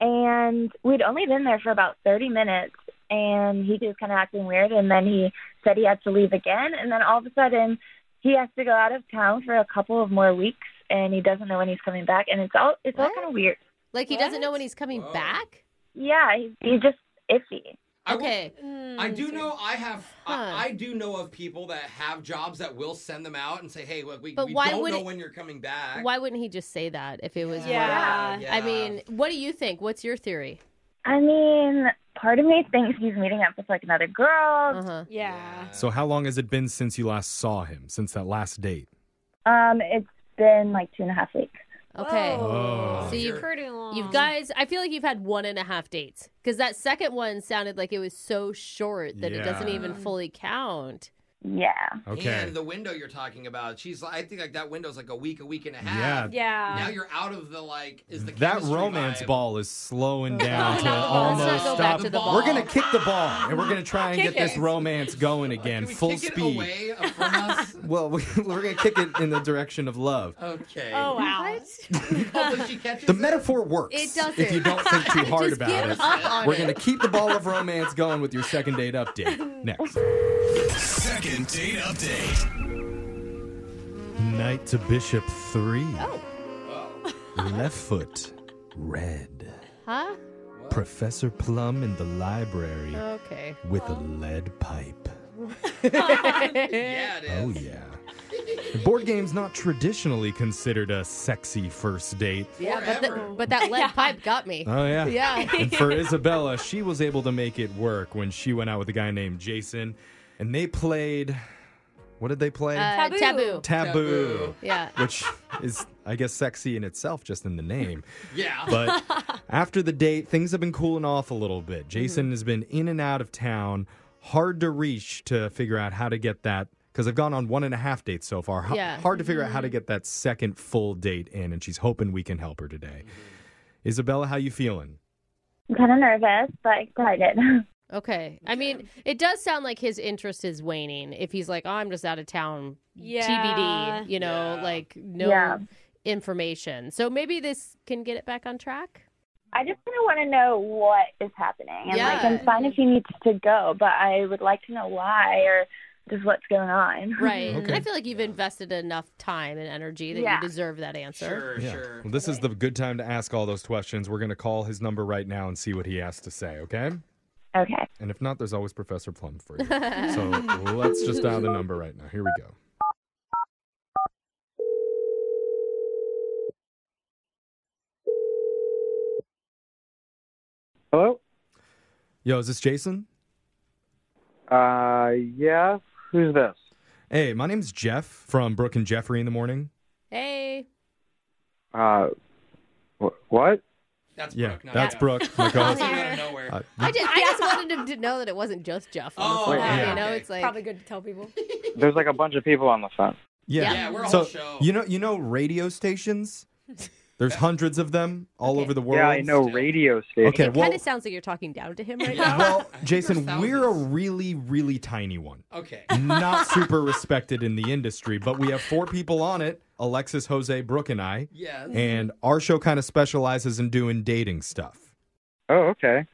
Speaker 10: And we'd only been there for about 30 minutes. And he was kind of acting weird. And then he said he had to leave again. And then all of a sudden, he has to go out of town for a couple of more weeks. And he doesn't know when he's coming back. And it's all, it's all
Speaker 1: What?
Speaker 10: kind of weird.
Speaker 1: Like he doesn't know when he's coming
Speaker 4: Whoa.
Speaker 1: back?
Speaker 10: Yeah, he, he's just iffy.
Speaker 4: I will- Mm.
Speaker 1: Okay.
Speaker 4: Hmm, I do know I have
Speaker 1: Huh.
Speaker 4: I, I do know of people that have jobs that will send them out and say, "Hey, look, we,
Speaker 1: But
Speaker 4: we
Speaker 1: why
Speaker 4: don't
Speaker 1: would
Speaker 4: know
Speaker 1: it-
Speaker 4: when you're coming back."
Speaker 1: Why wouldn't he just say that if it was
Speaker 5: Yeah.
Speaker 1: I mean, what do you think? What's your theory?
Speaker 10: I mean, part of me thinks he's meeting up with like another girl.
Speaker 4: Uh,
Speaker 5: Yeah.
Speaker 2: So how long has it been since you last saw him? Since that last date?
Speaker 10: Um, it's been like two and a half weeks.
Speaker 1: Okay.
Speaker 2: Oh.
Speaker 1: So you've
Speaker 5: Pretty long.
Speaker 1: You guys, I feel like you've had one and a half dates because that second one sounded like it was so short that it doesn't
Speaker 2: Yeah.
Speaker 1: even fully count.
Speaker 10: Yeah.
Speaker 2: Okay.
Speaker 4: And the window you're talking about, she's I think like that window's like a week, a week and a
Speaker 2: Yeah.
Speaker 4: half. Now
Speaker 5: Yeah.
Speaker 4: you're out of the like is the
Speaker 2: That
Speaker 4: chemistry
Speaker 2: romance
Speaker 4: vibe.
Speaker 2: ball is slowing down
Speaker 1: No,
Speaker 2: to
Speaker 1: no, let's not
Speaker 2: almost
Speaker 1: go back
Speaker 2: stop.
Speaker 1: to the ball.
Speaker 2: We're gonna kick the ball and we're gonna try and
Speaker 5: Kick
Speaker 2: get this
Speaker 5: it.
Speaker 2: romance going
Speaker 4: Can
Speaker 2: again,
Speaker 4: we
Speaker 2: full
Speaker 4: kick
Speaker 2: speed.
Speaker 4: it away from us?
Speaker 2: Well, we- we're gonna kick it in the direction of love.
Speaker 4: Okay.
Speaker 5: Oh wow.
Speaker 4: Hopefully she catches
Speaker 2: The
Speaker 4: it.
Speaker 2: metaphor works.
Speaker 1: It doesn't.
Speaker 2: If you don't think too hard
Speaker 1: Just
Speaker 2: about
Speaker 1: give
Speaker 2: it,
Speaker 1: up on
Speaker 2: we're
Speaker 1: it.
Speaker 2: gonna keep the ball of romance going with your second date update. Next.
Speaker 9: Second date update.
Speaker 2: Knight to bishop three.
Speaker 1: Oh.
Speaker 2: Left foot red.
Speaker 1: Huh?
Speaker 2: Professor Plum in the library
Speaker 1: Okay.
Speaker 2: with a lead pipe.
Speaker 4: Yeah, it is.
Speaker 2: Oh yeah. Board game's not traditionally considered a sexy first date.
Speaker 1: Yeah, but,
Speaker 4: Forever.
Speaker 1: the, but that lead pipe got me.
Speaker 2: Oh yeah.
Speaker 1: Yeah.
Speaker 2: And for Isabella, she was able to make it work when she went out with a guy named Jason, and they played. What did they play?
Speaker 1: Uh, taboo.
Speaker 5: Taboo.
Speaker 2: Taboo.
Speaker 1: Yeah.
Speaker 2: Which is, I guess, sexy in itself, just in the name.
Speaker 4: Yeah.
Speaker 2: But after the date, things have been cooling off a little bit. Jason has been in and out of town, hard to reach to figure out how to get that. Because I've gone on one and a half dates so far. H-
Speaker 1: Yeah.
Speaker 2: Hard to figure out how to get that second full date in, and she's hoping we can help her today. Isabella, how you feeling?
Speaker 10: I'm kind of nervous, but excited.
Speaker 1: Okay. I mean, it does sound like his interest is waning if he's like, oh, I'm just out of town.
Speaker 5: Yeah.
Speaker 1: TBD, you know,
Speaker 4: Yeah.
Speaker 1: like no
Speaker 10: Yeah.
Speaker 1: information. So maybe this can get it back on track.
Speaker 10: I just kind of want to know what is happening. And like, I'm
Speaker 1: Yeah.
Speaker 10: fine if he needs to go, but I would like to know why or just what's going on.
Speaker 1: Right.
Speaker 2: Okay.
Speaker 1: I feel like you've invested enough time and energy that
Speaker 10: Yeah.
Speaker 1: you deserve that answer.
Speaker 4: sure, sure.
Speaker 2: Well, this is the good time to ask all those questions. We're going to call his number right now and see what he has to say, okay?
Speaker 10: Okay.
Speaker 2: And if not, there's always Professor Plum for you. so let's just dial the number right now. Here we go.
Speaker 11: Hello?
Speaker 2: Yo, is this Jason?
Speaker 11: Uh, yeah. Who's this?
Speaker 2: Hey, my name's Jeff from Brooke and Jeffrey in the morning.
Speaker 1: Hey.
Speaker 11: Uh, wh- what?
Speaker 4: That's
Speaker 2: yeah,
Speaker 4: Brooke. not
Speaker 2: that's
Speaker 4: Jeff.
Speaker 2: Brooke, my
Speaker 4: That was
Speaker 2: co-host.
Speaker 4: even out of nowhere.
Speaker 2: Uh,
Speaker 1: I just, I just wanted him to know that it wasn't just Jeff. On
Speaker 4: Oh,
Speaker 1: the phone.
Speaker 4: yeah.
Speaker 1: You know,
Speaker 4: Okay.
Speaker 1: it's like
Speaker 5: Probably good to tell people.
Speaker 11: There's like a bunch of people on the phone.
Speaker 2: yeah.
Speaker 4: yeah, we're a
Speaker 2: so
Speaker 4: whole show.
Speaker 2: you know, you know, radio stations. There's hundreds of them all
Speaker 1: Okay.
Speaker 2: over the world.
Speaker 11: yeah, I know radio stations.
Speaker 2: Okay,
Speaker 1: it
Speaker 2: well,
Speaker 1: kind of sounds like you're talking down to him right now.
Speaker 2: well, Jason,
Speaker 4: thousands.
Speaker 2: we're a really, really tiny one.
Speaker 4: okay.
Speaker 2: not super respected in the industry, but we have four people on it Alexis, Jose, Brooke, and I.
Speaker 4: Yes.
Speaker 2: And our show kind of specializes in doing dating stuff.
Speaker 11: Oh, okay.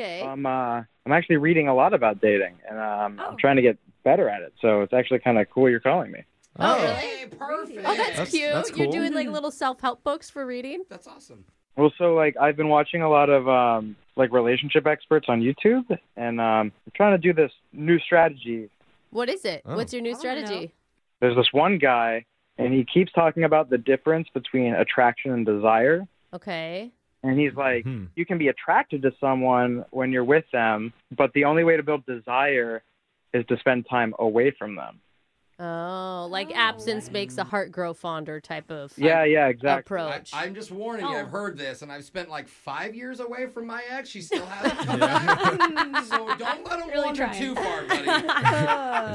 Speaker 1: Okay.
Speaker 11: I'm uh, I'm actually reading a lot about dating, and um,
Speaker 5: Oh.
Speaker 11: I'm trying to get better at it. So it's actually kind of cool you're calling me.
Speaker 1: Oh, really?
Speaker 4: Hey, perfect.
Speaker 1: oh, that's,
Speaker 2: That's-
Speaker 1: cute.
Speaker 2: that's
Speaker 1: You're
Speaker 2: cool.
Speaker 1: doing like little self help books for reading.
Speaker 4: That's awesome.
Speaker 11: Well, so like I've been watching a lot of um, like relationship experts on YouTube, and um, I'm trying to do this new strategy.
Speaker 1: What is it?
Speaker 2: Oh.
Speaker 1: What's your new
Speaker 5: I wanna
Speaker 1: strategy?
Speaker 11: There's this one guy, and he keeps talking about the difference between attraction and desire.
Speaker 1: Okay.
Speaker 11: And he's like,
Speaker 2: Hmm.
Speaker 11: you can be attracted to someone when you're with them, but the only way to build desire is to spend time away from them.
Speaker 1: Oh, like absence makes the heart grow fonder type of
Speaker 11: yeah,
Speaker 1: um,
Speaker 11: yeah, exactly.
Speaker 4: I,
Speaker 1: approach.
Speaker 4: I'm just warning you. I've
Speaker 5: Oh.
Speaker 4: heard this, and I've spent like five years away from my ex. She still hasn't come back. so don't let him
Speaker 5: Really
Speaker 4: wander
Speaker 5: trying.
Speaker 4: too far, buddy.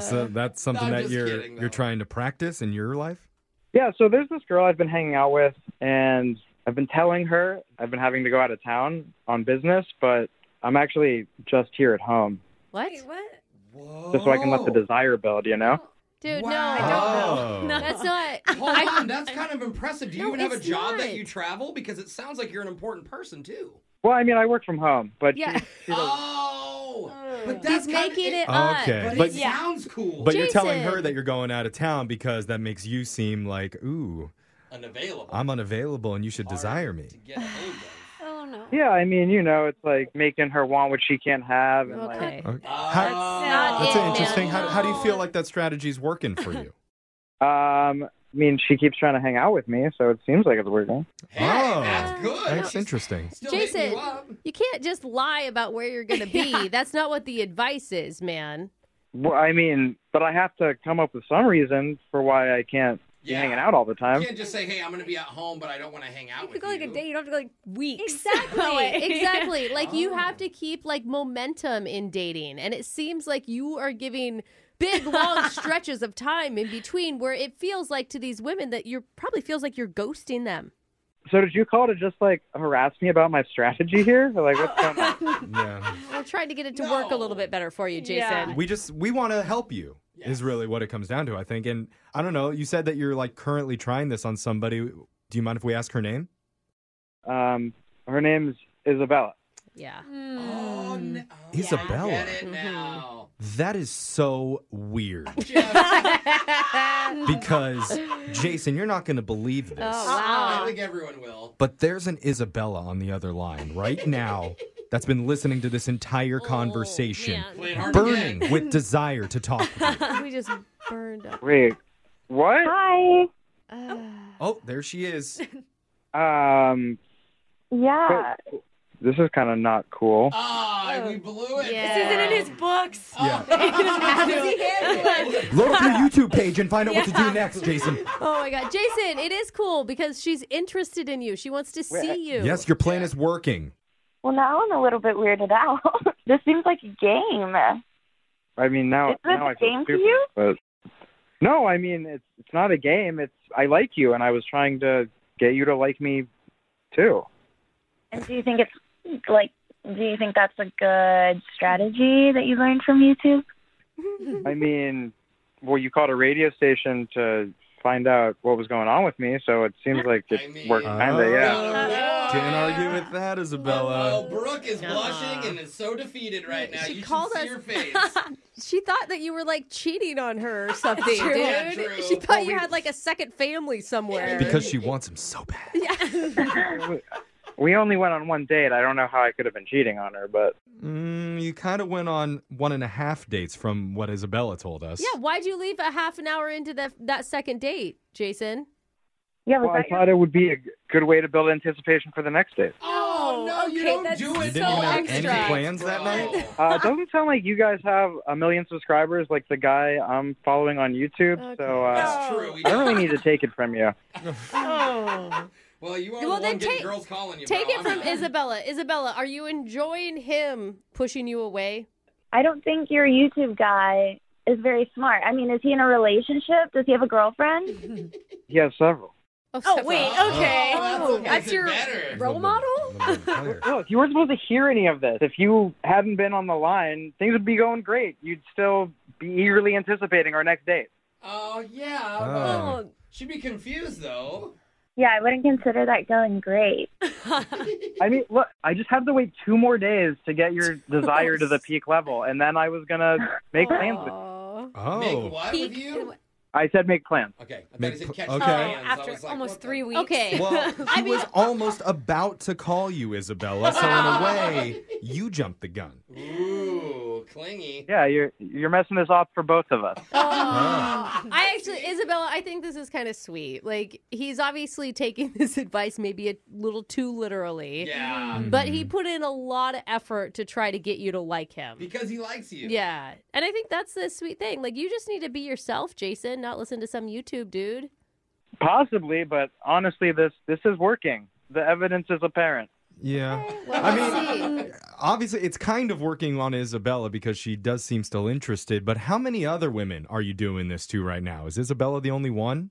Speaker 2: so that's something
Speaker 4: Uh, I'm
Speaker 2: that
Speaker 4: just
Speaker 2: you're
Speaker 4: kidding,
Speaker 2: you're
Speaker 4: though.
Speaker 2: trying to practice in your life.
Speaker 11: Yeah, so there's this girl I've been hanging out with, and I've been telling her I've been having to go out of town on business, but I'm actually just here at home,
Speaker 1: what?
Speaker 5: Wait, what?
Speaker 4: Whoa.
Speaker 11: just so I can let the desire build, you know?
Speaker 1: Dude,
Speaker 4: Wow.
Speaker 1: no. Don't.
Speaker 2: Oh.
Speaker 1: That's not.
Speaker 4: Hold
Speaker 1: I-
Speaker 4: on, that's kind of impressive. Do you
Speaker 1: No,
Speaker 4: even have a
Speaker 1: it's
Speaker 4: job that
Speaker 1: not.
Speaker 4: you travel? Because it sounds like you're an important person too.
Speaker 11: Well, I mean, I work from home, but
Speaker 1: Yeah.
Speaker 11: she, she doesn't-
Speaker 4: Oh, but
Speaker 1: He's
Speaker 4: that's kinda-
Speaker 1: making it up.
Speaker 2: Okay,
Speaker 4: Uh, But,
Speaker 2: but
Speaker 4: it
Speaker 5: Yeah.
Speaker 4: sounds cool.
Speaker 2: but you're telling
Speaker 1: Jason.
Speaker 2: her that you're going out of town because that makes you seem like, ooh,
Speaker 4: unavailable.
Speaker 2: I'm unavailable and you should
Speaker 4: Hard
Speaker 2: desire me.
Speaker 4: to get a hold of.
Speaker 5: Oh no.
Speaker 11: yeah, I mean, you know, it's like making her want what she can't have. And like,
Speaker 1: Okay.
Speaker 2: Okay.
Speaker 4: Oh.
Speaker 2: How,
Speaker 1: not
Speaker 2: that's
Speaker 1: it, man.
Speaker 2: interesting. How, how do you feel like that strategy's working for you?
Speaker 11: Um, I mean, she keeps trying to hang out with me, so it seems like it's working.
Speaker 2: Oh, that's good. That's interesting.
Speaker 1: Jason, you, can't just lie about where you're going to be. That's not what the advice is, man.
Speaker 11: Well, I mean, but I have to come up with some reason for why I can't be hanging out all the time.
Speaker 4: You can't just say, "Hey, I'm going to be at home, but I don't want to hang out
Speaker 5: You
Speaker 4: with
Speaker 5: go like a day. You don't have to go like weeks.
Speaker 1: Exactly.
Speaker 5: Like-
Speaker 1: exactly. Like
Speaker 4: Oh.
Speaker 1: you have to keep like momentum in dating, and it seems like you are giving big long stretches of time in between where it feels like to these women that you're probably feels like you're ghosting them.
Speaker 11: So did you call to just like harass me about my strategy here? Or, like what's going on?
Speaker 2: Yeah.
Speaker 1: We're trying to get it to work a little bit better for you, Jason.
Speaker 2: We just we want to help you. Is really what it comes down to, I think. And I don't know, you said that you're like currently trying this on somebody. Do you mind if we ask her name?
Speaker 11: Um, her name's Isabella.
Speaker 1: Yeah.
Speaker 5: Hmm.
Speaker 4: Oh,
Speaker 2: Isabella.
Speaker 5: Mm-hmm.
Speaker 4: now.
Speaker 2: That is so weird. because Jason, you're not going to believe
Speaker 5: Oh,
Speaker 2: this.
Speaker 1: Oh.
Speaker 4: I think everyone will.
Speaker 2: But there's an Isabella on the other line right now that's been listening to this entire
Speaker 1: Oh,
Speaker 2: conversation,
Speaker 4: Play it hard
Speaker 2: burning with desire to talk.
Speaker 1: we just burned up.
Speaker 11: Wait, what?
Speaker 10: Hi.
Speaker 2: Oh, there she is.
Speaker 11: Um,
Speaker 10: Yeah.
Speaker 11: this is kind of not cool.
Speaker 4: Ah, we blew it.
Speaker 5: This isn't in his books.
Speaker 2: Yeah.
Speaker 1: oh
Speaker 2: Load up your YouTube page and find out what to do next, Jason.
Speaker 1: my god, Jason, it is cool because she's interested in you. She wants to see you.
Speaker 2: Yes, your plan is working.
Speaker 10: Well, now I'm a little bit weirded out. this seems like a game.
Speaker 11: I mean, now,
Speaker 10: Is this
Speaker 11: now
Speaker 10: a
Speaker 11: I feel
Speaker 10: game to
Speaker 11: stupid.
Speaker 10: you?
Speaker 11: But no, I mean it's it's not a game. It's I like you, and I was trying to get you to like me too.
Speaker 10: And do you think it's like, do you think that's a good strategy that you learned from YouTube? Mm-hmm.
Speaker 11: I mean, well, you called a radio station to find out what was going on with me, so it seems like it worked kinda. Yeah.
Speaker 2: Can't argue with that, Isabella.
Speaker 4: Well, Brooke is blushing and is so defeated right now.
Speaker 1: She
Speaker 4: you
Speaker 1: called
Speaker 4: should see
Speaker 1: us-
Speaker 4: your face.
Speaker 1: She thought that you were like cheating on her or something,
Speaker 4: True.
Speaker 1: dude.
Speaker 4: Yeah, true.
Speaker 1: She thought you had like a second family somewhere.
Speaker 2: Because she wants him so bad.
Speaker 11: We only went on one date. I don't know how I could have been cheating on her, but
Speaker 2: Mm, you kind of went on one and a half dates from what Isabella told us.
Speaker 1: yeah, why'd you leave a half an hour into that that second date, Jason?
Speaker 10: Yeah,
Speaker 11: well, I thought it would be a g- good way to build anticipation for the next date.
Speaker 4: Oh, no, you
Speaker 5: okay,
Speaker 4: don't
Speaker 5: that's
Speaker 4: do
Speaker 2: You
Speaker 4: it.
Speaker 2: didn't even have any
Speaker 5: extra.
Speaker 2: plans that night?
Speaker 11: Uh, it doesn't sound like you guys have a million subscribers like the guy I'm following on YouTube. So uh,
Speaker 4: That's true. We
Speaker 11: I
Speaker 4: don't.
Speaker 11: don't really need to take it from you.
Speaker 4: Well, you are
Speaker 1: Oh. Well,
Speaker 4: the
Speaker 1: then
Speaker 4: one getting
Speaker 1: take-
Speaker 4: girls calling you.
Speaker 1: Take
Speaker 4: bro.
Speaker 1: it
Speaker 4: I'm
Speaker 1: from
Speaker 4: not-
Speaker 1: Isabella. Isabella, are you enjoying him pushing you away?
Speaker 10: I don't think your YouTube guy is very smart. I mean, is he in a relationship? Does he have a girlfriend?
Speaker 11: He has several.
Speaker 5: Oh wait. Okay.
Speaker 4: Oh, that makes
Speaker 5: that's
Speaker 4: it
Speaker 5: your
Speaker 4: better.
Speaker 5: role model.
Speaker 11: Look, Oh, you weren't supposed to hear any of this. If you hadn't been on the line, things would be going great. You'd still be eagerly anticipating our next date.
Speaker 4: Oh, yeah. but
Speaker 2: Oh.
Speaker 4: She'd be confused, though.
Speaker 10: yeah, I wouldn't consider that going great.
Speaker 11: I mean, look, I just have to wait two more days to get your desire to the peak level, and then I was gonna make plans. With you.
Speaker 2: Oh.
Speaker 4: Make what with you?
Speaker 11: I said make plans.
Speaker 4: Okay. I
Speaker 2: Make
Speaker 4: thought he
Speaker 2: pl-
Speaker 4: said catch the
Speaker 2: okay.
Speaker 5: Oh,
Speaker 4: hands. I
Speaker 5: after
Speaker 4: was like,
Speaker 5: almost
Speaker 4: what the-
Speaker 5: three weeks.
Speaker 1: Okay.
Speaker 2: Well, he was
Speaker 1: oh,
Speaker 2: almost about to call you Isabella, so in a way, you jumped the gun.
Speaker 4: Ooh, clingy.
Speaker 11: Yeah, you're you're messing this up for both of us.
Speaker 1: I actually, Isabella, I think this is kind of sweet. Like, he's obviously taking this advice maybe a little too literally,
Speaker 4: Yeah.
Speaker 1: but he put in a lot of effort to try to get you to like him.
Speaker 4: Because he likes you.
Speaker 1: Yeah. And I think that's the sweet thing. Like, you just need to be yourself, Jason, not listen to some YouTube dude.
Speaker 11: Possibly, but honestly, this this is working. The evidence is apparent.
Speaker 2: Yeah.
Speaker 1: Well,
Speaker 2: I
Speaker 1: let's
Speaker 2: mean, obviously, it's kind of working on Isabella because she does seem still interested, but how many other women are you doing this to right now? Is Isabella the only one?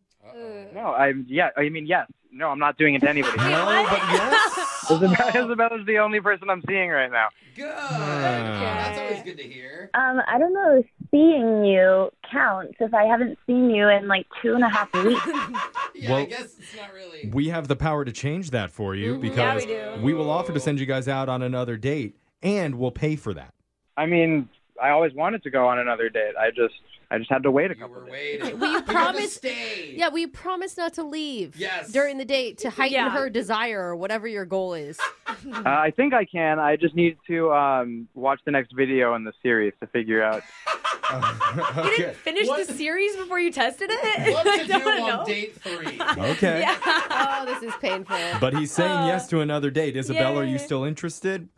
Speaker 11: No, I'm yeah. I mean, yes. No, I'm not doing it to anybody.
Speaker 2: No, but yes.
Speaker 11: Isabel, Isabella's the only person I'm seeing right now.
Speaker 4: Good.
Speaker 2: Okay.
Speaker 4: That's always good to hear.
Speaker 10: Um, I don't know if seeing you counts if I haven't seen you in like two and a half weeks.
Speaker 4: Yeah, I
Speaker 2: Well-
Speaker 4: guess it's not really. Mm-hmm.
Speaker 2: We have the power to change that for you
Speaker 5: Yeah,
Speaker 2: because
Speaker 5: we do.
Speaker 2: will offer to send you guys out on another date and we'll pay for that.
Speaker 11: I mean, I always wanted to go on another date. I just I just had to wait a couple days.
Speaker 1: Will you promise?
Speaker 4: Stay.
Speaker 1: Yeah, will you promise not to leave?
Speaker 11: Yes.
Speaker 1: During the date to heighten
Speaker 5: Yeah.
Speaker 1: her desire or whatever your goal is.
Speaker 11: Uh, I think I can. I just need to um, watch the next video in the series to figure out.
Speaker 5: You didn't finish the series before you tested it?
Speaker 4: What to
Speaker 5: I
Speaker 4: do
Speaker 5: don't
Speaker 4: on
Speaker 5: know.
Speaker 4: date three?
Speaker 2: Okay.
Speaker 1: oh, this is painful.
Speaker 2: But he's saying
Speaker 1: Uh,
Speaker 2: yes to another date. Isabel, are
Speaker 10: yay.
Speaker 2: you still interested?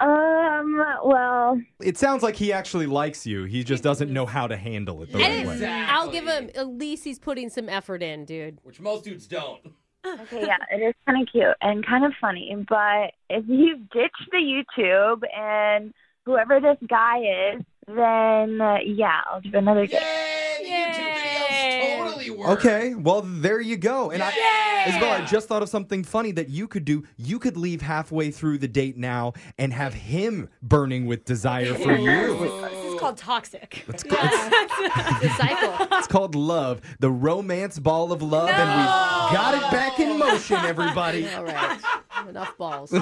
Speaker 10: Um, well,
Speaker 2: It sounds like he actually likes you. He just doesn't know how to handle it the right way.
Speaker 1: I'll give him. At least he's putting some effort in, dude.
Speaker 4: Which most dudes don't.
Speaker 10: okay, yeah, it is kind of cute and kind of funny. But if you ditch the YouTube and whoever this guy is, then uh, yeah, I'll do another game.
Speaker 4: Totally work.
Speaker 8: Okay, well there you go. And I, Isabel, I just thought of something funny that you could do. You could leave halfway through the date now and have him burning with desire for you.
Speaker 5: This is called toxic.
Speaker 2: It's called love, the romance ball of love, and we've got it back in motion, everybody.
Speaker 1: All right. Enough balls.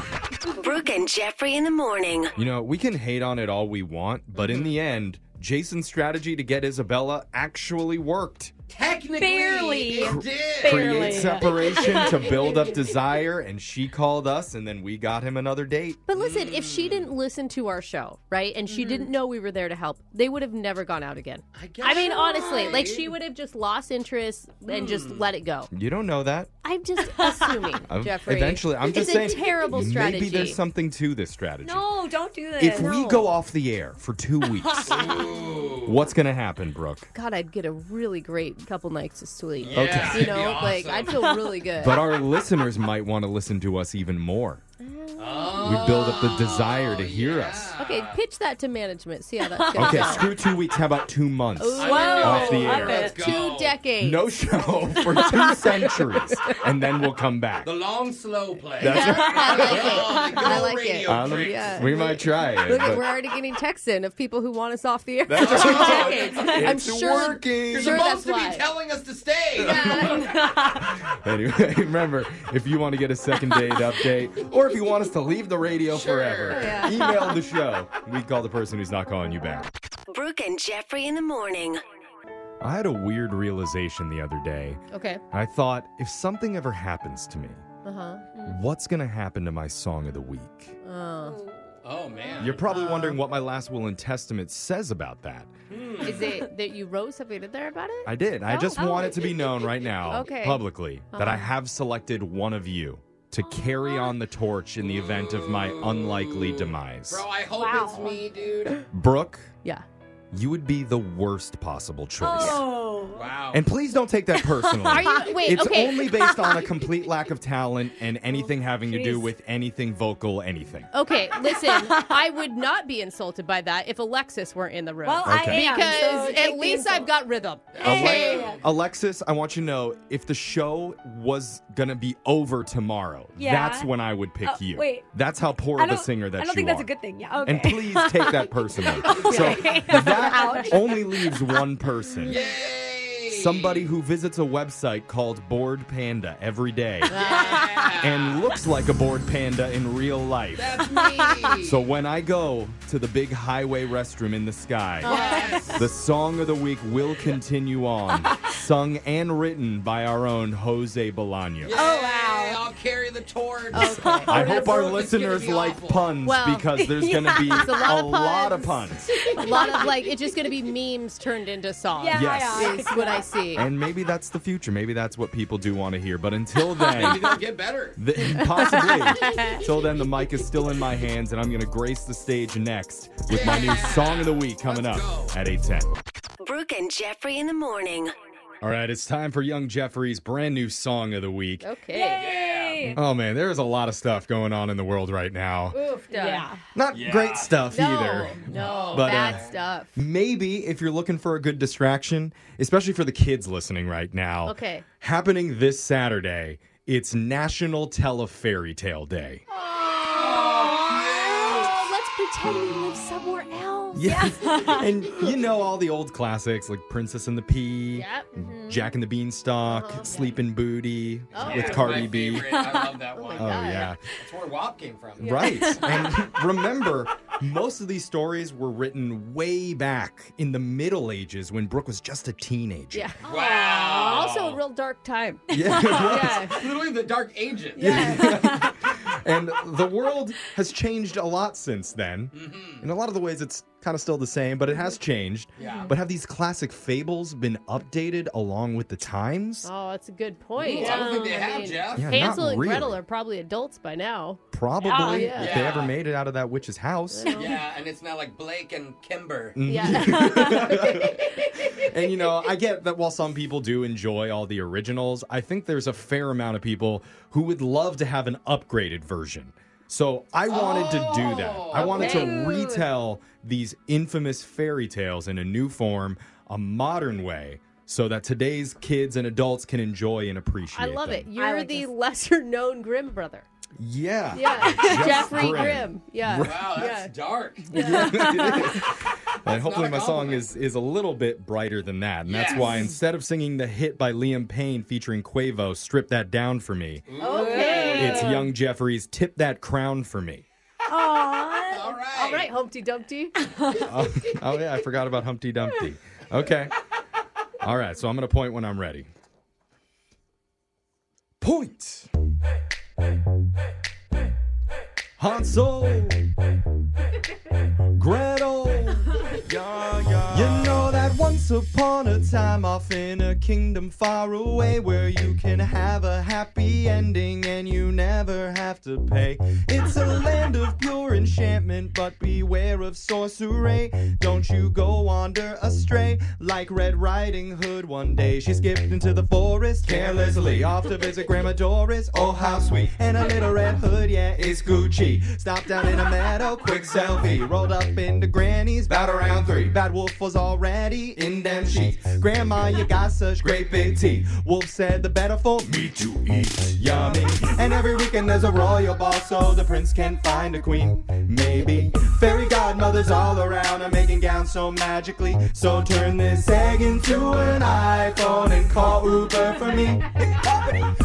Speaker 7: Brooke and Jeffrey in the morning.
Speaker 2: You know, we can hate on it all we want, but in the end, Jason's strategy to get Isabella actually worked.
Speaker 4: Technically,
Speaker 5: Barely.
Speaker 4: it did.
Speaker 2: Create separation to build up desire, and she called us, and then we got him another date.
Speaker 1: But listen, if she didn't listen to our show, right, and she
Speaker 5: Mm-hmm.
Speaker 1: didn't know we were there to help, they would have never gone out again. I,
Speaker 4: guess
Speaker 1: mean,
Speaker 4: you're
Speaker 1: honestly,
Speaker 4: right. Hmm.
Speaker 1: like she would have just lost interest and just let it go.
Speaker 2: You don't know that.
Speaker 1: I'm just assuming,
Speaker 2: Ev-
Speaker 1: Jeffrey.
Speaker 2: Eventually, I'm just
Speaker 1: it's
Speaker 2: saying.
Speaker 1: a terrible strategy.
Speaker 2: Maybe there's something to this strategy.
Speaker 5: No, don't do this.
Speaker 2: if we go off the air for two weeks, what's going to happen, Brooke?
Speaker 1: God, I'd get a really great couple nights of sleep.
Speaker 2: Yeah, Okay. that'd
Speaker 1: You
Speaker 2: be
Speaker 1: know, like
Speaker 4: awesome.
Speaker 1: I'd feel really good.
Speaker 2: But our listeners might want to listen to us even more.
Speaker 4: Ah.
Speaker 2: We build up the desire to hear us.
Speaker 1: okay, pitch that to management. See how that's going.
Speaker 2: Okay, screw two weeks. How about two months
Speaker 1: Ooh.
Speaker 2: off the
Speaker 5: Whoa,
Speaker 2: air?
Speaker 5: love
Speaker 4: Let's
Speaker 5: it.
Speaker 1: Two
Speaker 4: go.
Speaker 1: decades.
Speaker 2: No show for two centuries, and then we'll come back.
Speaker 4: The long slow play.
Speaker 2: That's
Speaker 1: I like it.
Speaker 4: Oh, the good
Speaker 1: I
Speaker 4: old
Speaker 1: like it.
Speaker 4: radio
Speaker 2: Um,
Speaker 4: trick.
Speaker 1: Yeah.
Speaker 2: We might try it.
Speaker 1: Look, at-
Speaker 2: but-
Speaker 1: we're already getting texts in of people who want us off the air. for
Speaker 2: That's-
Speaker 1: two decades. I'm
Speaker 2: It's
Speaker 1: sure.
Speaker 2: working.
Speaker 4: You're
Speaker 1: Sure,
Speaker 4: supposed
Speaker 1: that's
Speaker 4: to
Speaker 1: why.
Speaker 4: be telling us to stay.
Speaker 2: Anyway, remember, if you want to get a second date update or if you want us to leave the radio forever, email the show. We call the person who's not calling you back.
Speaker 7: Brooke and Jeffrey in the morning.
Speaker 2: I had a weird realization the other day.
Speaker 1: Okay.
Speaker 2: I thought, if something ever happens to me,
Speaker 1: Uh huh.
Speaker 2: what's going to happen to my song of the week?
Speaker 4: Oh man.
Speaker 2: You're probably
Speaker 1: Um,
Speaker 2: wondering what my last will and testament says about that.
Speaker 1: Is it that you wrote something in there about it?
Speaker 2: I did. I just
Speaker 1: Oh.
Speaker 2: want it to be known right now,
Speaker 1: Okay. Uh-huh.
Speaker 2: publicly, that I have selected one of you to carry on the torch in the event of my unlikely demise.
Speaker 4: Bro, I hope it's me, dude.
Speaker 2: Brooke,
Speaker 1: Yeah.
Speaker 2: you would be the worst possible choice.
Speaker 5: Oh.
Speaker 4: Wow.
Speaker 2: And please don't take that personally.
Speaker 1: Are you? Wait.
Speaker 2: it's
Speaker 1: okay.
Speaker 2: only based on a complete lack of talent and anything having to do
Speaker 5: Jeez.
Speaker 2: with anything vocal, anything.
Speaker 1: Okay, listen, I would not be insulted by that if Alexis weren't in the room.
Speaker 5: Well, I
Speaker 2: Okay.
Speaker 5: am.
Speaker 1: because
Speaker 5: so take
Speaker 1: at
Speaker 5: the
Speaker 1: least I've
Speaker 5: insult.
Speaker 1: got rhythm.
Speaker 2: Ale-
Speaker 1: Okay.
Speaker 2: Alexis, I want you to know if the show was gonna be over tomorrow,
Speaker 5: Yeah.
Speaker 2: that's when I would pick
Speaker 5: Oh,
Speaker 2: you.
Speaker 5: wait.
Speaker 2: That's how poor
Speaker 5: I
Speaker 2: of a
Speaker 5: don't-
Speaker 2: singer that
Speaker 5: I don't
Speaker 2: you
Speaker 5: think
Speaker 2: are.
Speaker 5: that's a good thing. Yeah. Okay.
Speaker 2: And please take that personally. So that only leaves one person.
Speaker 4: Yay.
Speaker 2: Somebody who visits a website called Bored Panda every day
Speaker 4: Yeah.
Speaker 2: and looks like a bored panda in real life.
Speaker 4: That's me.
Speaker 2: so when I go to the big highway restroom in the sky,
Speaker 4: Yes.
Speaker 2: the song of the week will continue on, sung and written by our own Jose Bolaño.
Speaker 4: oh wow. I'll carry the torch.
Speaker 2: I hope our
Speaker 4: It's gonna
Speaker 2: listeners
Speaker 4: be
Speaker 2: like
Speaker 4: awful.
Speaker 2: puns
Speaker 1: Well,
Speaker 2: because there's going to be a,
Speaker 1: lot of
Speaker 2: lot of
Speaker 1: puns.
Speaker 2: puns.
Speaker 1: A lot of like, it's just going to be memes turned into songs.
Speaker 5: yeah,
Speaker 2: Yes.
Speaker 5: yeah.
Speaker 1: Is what I see.
Speaker 2: And maybe that's the future. Maybe that's what people do want to hear. But until
Speaker 4: Maybe
Speaker 2: then,
Speaker 4: they'll get better.
Speaker 2: the, possibly, until then, the mic is still in my hands, and I'm going to grace the stage next with my new song of the week coming up
Speaker 4: Let's go.
Speaker 2: at 810.
Speaker 7: Brooke and Jeffrey in the morning.
Speaker 2: All right, it's time for Young Jeffrey's brand new song of the week.
Speaker 1: Okay.
Speaker 5: Yay.
Speaker 2: Oh man, there is a lot of stuff going on in the world right now.
Speaker 1: Oof, done.
Speaker 5: Yeah.
Speaker 2: Not great stuff
Speaker 1: No,
Speaker 2: either.
Speaker 1: no,
Speaker 2: But,
Speaker 1: Oh, bad
Speaker 2: uh,
Speaker 1: stuff.
Speaker 2: Maybe if you're looking for a good distraction, especially for the kids listening right now.
Speaker 1: Okay.
Speaker 2: Happening this Saturday, it's National Telefairy Tale Day.
Speaker 1: Oh, let's pretend we live somewhere else.
Speaker 2: Yes. and you know all the old classics like Princess and the Pea,
Speaker 1: Yep. mm-hmm. Uh-huh.
Speaker 2: Jack and the Beanstalk, Sleeping Booty
Speaker 1: Oh.
Speaker 2: with
Speaker 4: That's
Speaker 2: Cardi
Speaker 4: my
Speaker 2: B.
Speaker 4: favorite. I love that one.
Speaker 2: Oh yeah.
Speaker 4: That's where WAP came from.
Speaker 2: Right. and remember,
Speaker 8: Most of these stories were written way back in the Middle Ages when Brooke was just a teenager.
Speaker 1: Yeah.
Speaker 4: Wow.
Speaker 1: Also, a real dark time.
Speaker 8: Yeah, it was.
Speaker 4: Literally the Dark Ages.
Speaker 8: and the world has changed a lot since then. In a lot of the ways, it's kind of still the same, but it has changed.
Speaker 1: Yeah.
Speaker 8: But have these classic fables been updated along with the times?
Speaker 1: Oh, that's a good point. Um,
Speaker 4: Ooh, I don't think they have, Jeff.
Speaker 8: Yeah,
Speaker 1: Hansel
Speaker 8: not
Speaker 1: and
Speaker 8: really.
Speaker 1: Gretel are probably adults by now.
Speaker 8: Probably,
Speaker 1: Oh,
Speaker 4: yeah.
Speaker 8: if they
Speaker 4: Yeah.
Speaker 8: ever made it out of that witch's house.
Speaker 4: yeah, and it's now like Blake and Kimber.
Speaker 2: Mm-hmm.
Speaker 8: Mhm.
Speaker 4: Yeah.
Speaker 8: and you know, I get that while some people do enjoy all the originals, I think there's a fair amount of people who would love to have an upgraded version. So I wanted to do that. I wanted
Speaker 1: okay.
Speaker 8: to retell these infamous fairy tales in a new form, a modern way, so that today's kids and adults can enjoy and appreciate.
Speaker 1: I love
Speaker 8: them.
Speaker 1: it. You're the lesser known Grimm brother.
Speaker 8: Yeah.
Speaker 1: Yeah.
Speaker 8: Jeff
Speaker 1: Jeffrey
Speaker 8: Grimm.
Speaker 1: Grimm. Yeah.
Speaker 4: Wow, that's dark.
Speaker 8: And hopefully my song is is a little bit brighter than that. And that's why
Speaker 4: Yes.
Speaker 8: instead of singing the hit by Liam Payne featuring Quavo, Strip That Down for me,
Speaker 1: Okay.
Speaker 8: it's Young Jeffries, Tip That Crown for me.
Speaker 1: All right. All right, Humpty Dumpty.
Speaker 8: Oh, oh, yeah, I forgot about Humpty Dumpty. Okay. All right, so I'm going to point when I'm ready. Point. Hansel. Gretel. You know that once upon a time, off in a kingdom far away, where you can have a happy ending and you never have to pay. It's a land of pure enchantment, but beware of sorcery. Don't you go wander astray like Red Riding Hood one day. She skipped into the forest carelessly, off to visit Grandma Doris. Oh, how sweet! And a little red hood, yeah, it's Gucci. Stopped down in a meadow, quick selfie. Rolled up into Granny's, about around three. Bad Wolf was already in them sheets. Grandma, you got such great big teeth. Wolf said, the better for me to eat. Yummy. And every weekend there's a royal ball, so the prince can find a queen. Maybe. Fairy godmothers all around are making gowns so magically. So turn this egg into an iPhone and call Uber for me.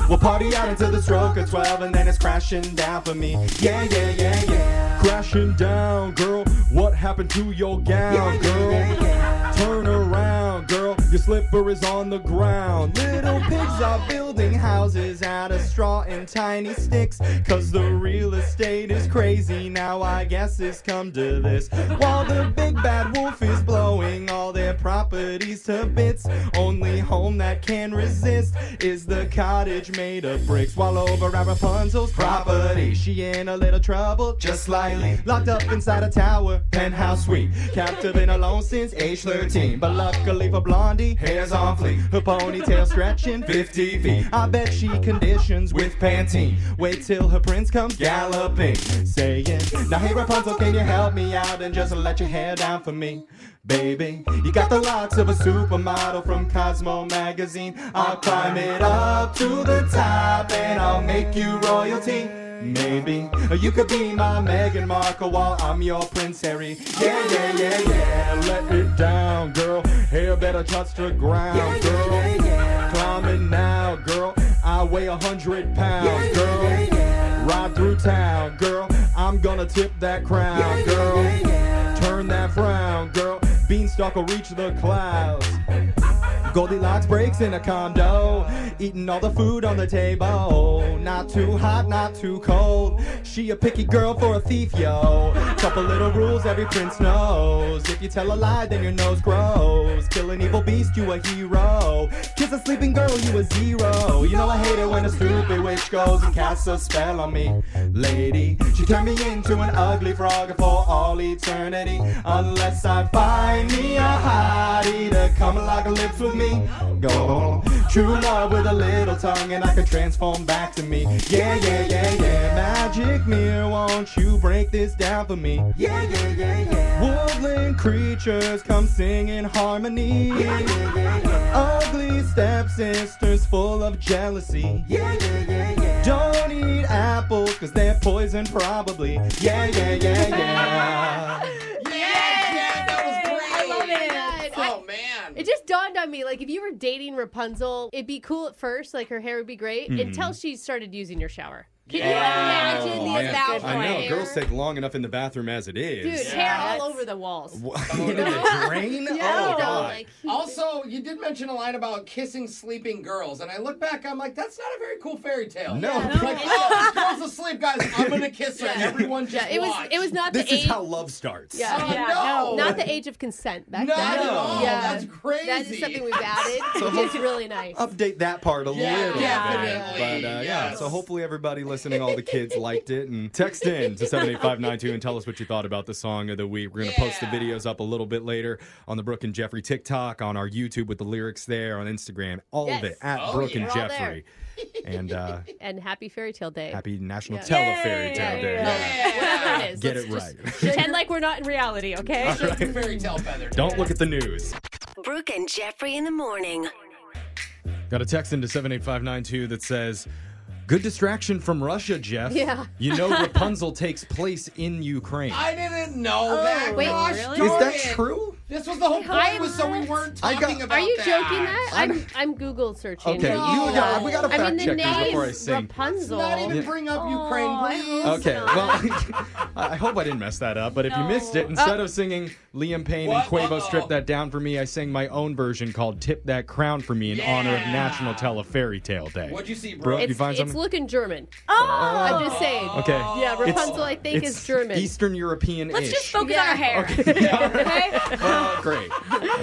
Speaker 8: We'll party out until the stroke of 12 and then it's crashing down for me. Yeah, yeah, yeah, yeah. Crashing down, girl. What happened to your gown, girl? Turn around, girl. Your slipper is on the ground. Little pigs are building houses out of straw and tiny sticks. Cause the real estate is crazy. Now I guess it's come to this.
Speaker 2: Oh.
Speaker 8: While the big bad wolf is blowing all their properties to bits. Only home that can resist is the cottage made of bricks. While over at Rapunzel's property, she in a little trouble, just slightly. Locked up inside a tower, penthouse suite. Captive and alone since age 13. But luckily for Blondie, hair's on fleek. Her ponytail stretching 50 feet. I bet she conditions with Pantene. Wait till her prince comes galloping, saying, Now hey Rapunzel, oh, can you help me out and just let your hair down for me? Baby, you got the locks of a supermodel from Cosmo magazine. I'll climb it up to the top and I'll make you royalty. Maybe you could be my Meghan Markle while I'm your Prince Harry. Yeah, yeah, yeah, yeah. Let it down, girl. Hair better touch the ground, girl. Climbing now, girl. I weigh a hundred pounds, girl. Ride through town, girl. I'm gonna tip that crown, girl. Turn that frown, girl. Beanstalk will reach the clouds. Goldilocks breaks in a condo, eating all the food on the table. Not too hot, not too cold. She a picky girl for a thief, yo. Couple little rules every prince knows. If you tell a lie, then your nose grows. Kill an evil beast, you a hero. Kiss a sleeping girl, you a zero. You know I hate it when a stupid witch goes and casts a spell on me, lady. She turned me into an ugly frog for all eternity. Unless I find me a hottie to come like lips with me. Go true love with a little tongue, and I could transform back to me. Yeah, yeah, yeah, yeah. Magic mirror, won't you break this down for me? Yeah, yeah, yeah, yeah. Woodland creatures come sing in harmony. Yeah, yeah, yeah, yeah. Ugly stepsisters full of jealousy. Yeah, yeah, yeah, yeah. Don't eat apples, cause they're poison probably. Yeah, yeah, yeah, yeah.
Speaker 1: I love it.
Speaker 4: Oh man.
Speaker 1: It just dawned on me, like if you were dating Rapunzel, it'd be cool at first, like her hair would be great,
Speaker 8: Mhm.
Speaker 1: until she started using your shower. Can
Speaker 2: Wow.
Speaker 1: you imagine
Speaker 2: Oh,
Speaker 1: the
Speaker 2: man.
Speaker 1: amount of
Speaker 2: I know.
Speaker 1: hair?
Speaker 2: Girls take long enough in the bathroom as it is.
Speaker 1: Dude, hair all over the walls.
Speaker 2: Into the drain? Oh, God.
Speaker 4: also, you did mention a line about kissing sleeping girls, and I look back, I'm like, that's not a very cool fairy tale.
Speaker 2: No. Yeah,
Speaker 4: It's like, oh, this girl's asleep, guys. I'm gonna kiss her. Everyone just
Speaker 1: Yeah, it was
Speaker 4: watch.
Speaker 1: it was not
Speaker 2: This
Speaker 1: the
Speaker 2: is
Speaker 1: age.
Speaker 2: how love starts.
Speaker 1: yeah,
Speaker 4: Oh,
Speaker 1: yeah,
Speaker 4: no.
Speaker 1: not the age of consent back
Speaker 4: Not
Speaker 1: then.
Speaker 4: at all.
Speaker 1: Yeah.
Speaker 4: That's
Speaker 1: That
Speaker 4: crazy.
Speaker 1: is something we've added,
Speaker 2: Oh, So
Speaker 1: which is really nice.
Speaker 2: Update that part a
Speaker 4: Yeah,
Speaker 2: little
Speaker 4: definitely,
Speaker 2: bit. But uh, yeah,
Speaker 4: yes.
Speaker 2: so hopefully everybody listening, all the kids liked it. And text in to 78592 and tell us what you thought about the song of the week. We're going to post the videos up a little bit later on the Brooke and Jeffrey TikTok, on our YouTube with the lyrics there, on Instagram, all
Speaker 1: Yes.
Speaker 2: of it at
Speaker 1: Oh,
Speaker 2: Brooke
Speaker 1: yeah.
Speaker 2: and
Speaker 1: We're all there.
Speaker 2: Jeffrey. And uh,
Speaker 1: And happy fairy tale day.
Speaker 2: happy National
Speaker 1: Yeah.
Speaker 2: Telefairy Tale
Speaker 1: Yay.
Speaker 2: Day.
Speaker 1: Whatever it is.
Speaker 2: Get
Speaker 1: let's
Speaker 2: it right.
Speaker 1: just Pretend like we're not in reality, okay?
Speaker 2: All right.
Speaker 4: fairy tale feather.
Speaker 2: Don't look at the news.
Speaker 7: Brooke and Jeffrey in the morning.
Speaker 2: Got a text into 78592 that says, Good distraction from Russia, Jeff.
Speaker 4: Yeah.
Speaker 2: You know Rapunzel takes place in Ukraine.
Speaker 4: I didn't know
Speaker 1: Oh,
Speaker 4: that.
Speaker 1: wait,
Speaker 4: Gosh,
Speaker 1: really?
Speaker 2: Is
Speaker 4: darn
Speaker 2: that
Speaker 4: it.
Speaker 2: true?
Speaker 4: This was the whole point.
Speaker 1: I-
Speaker 4: was so we weren't
Speaker 2: I
Speaker 4: talking
Speaker 2: got-
Speaker 4: about
Speaker 1: Are you
Speaker 4: that.
Speaker 1: joking that? I'm I'm Google searching.
Speaker 2: Okay,
Speaker 1: right now.
Speaker 2: you got- we gotta
Speaker 1: I mean,
Speaker 2: fact check
Speaker 1: the
Speaker 2: this
Speaker 1: name
Speaker 2: before I sing.
Speaker 1: Rapunzel.
Speaker 4: Not even
Speaker 2: Yeah.
Speaker 4: bring up Ukraine, please.
Speaker 2: Okay, well, I I hope I didn't mess that up, but if you missed
Speaker 1: Uh,
Speaker 2: it, instead of singing Liam Payne and Quavo Strip That Down for Me, I sang my own version called Tip That Crown for Me in honor of National Telefairy Tale Day.
Speaker 4: What'd you see, bro?
Speaker 2: Brooke, you
Speaker 1: It's,
Speaker 2: find
Speaker 1: it's
Speaker 2: something?
Speaker 1: looking German. Oh, I'm just saying.
Speaker 2: okay.
Speaker 1: Yeah,
Speaker 2: It's-
Speaker 1: Rapunzel, I think,
Speaker 2: it's
Speaker 1: is German.
Speaker 2: Eastern European
Speaker 1: Let's just focus
Speaker 5: on our hair.
Speaker 2: Oh, great.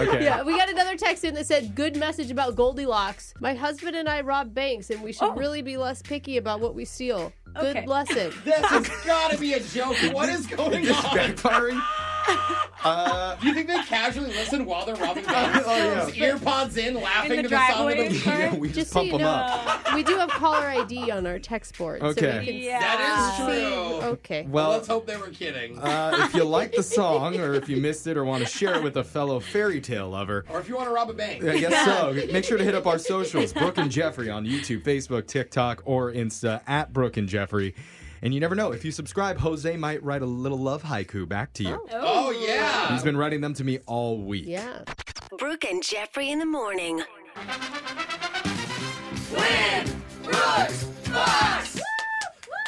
Speaker 2: Okay.
Speaker 1: Yeah, we got another text in that said, "Good message about Goldilocks. My husband and I rob banks, and we should really be less picky about what we steal. Good
Speaker 4: Okay.
Speaker 1: lesson."
Speaker 4: This has got to be a joke. What is going
Speaker 2: this
Speaker 4: on?
Speaker 2: backfiring? Uh,
Speaker 4: Do you think they casually listen while they're robbing banks?
Speaker 2: Oh, yeah.
Speaker 4: Just Ear pods in, laughing
Speaker 1: In the
Speaker 4: to the sound of
Speaker 1: driveway.
Speaker 4: them.
Speaker 2: yeah, we just,
Speaker 1: Just so
Speaker 2: pump
Speaker 1: you
Speaker 2: them
Speaker 1: know,
Speaker 2: up.
Speaker 1: we do have caller ID on our text board, so
Speaker 2: Okay.
Speaker 1: we can
Speaker 4: Yeah. That is
Speaker 1: see.
Speaker 4: true.
Speaker 1: Okay.
Speaker 2: Well,
Speaker 4: let's hope they were kidding.
Speaker 2: Uh, if you like the song, or if you missed it, or want to share it with a fellow fairy tale lover,
Speaker 4: or if you want to rob a bank.
Speaker 2: I guess so. Make sure to hit up our socials, Brooke and Jeffrey, on YouTube, Facebook, TikTok, or Insta at Brooke and Jeffrey. And you never know, if you subscribe, Jose might write a little love haiku back to you.
Speaker 4: Oh, yeah.
Speaker 2: He's been writing them to me all week.
Speaker 7: Yeah. Brooke and Jeffrey in the morning.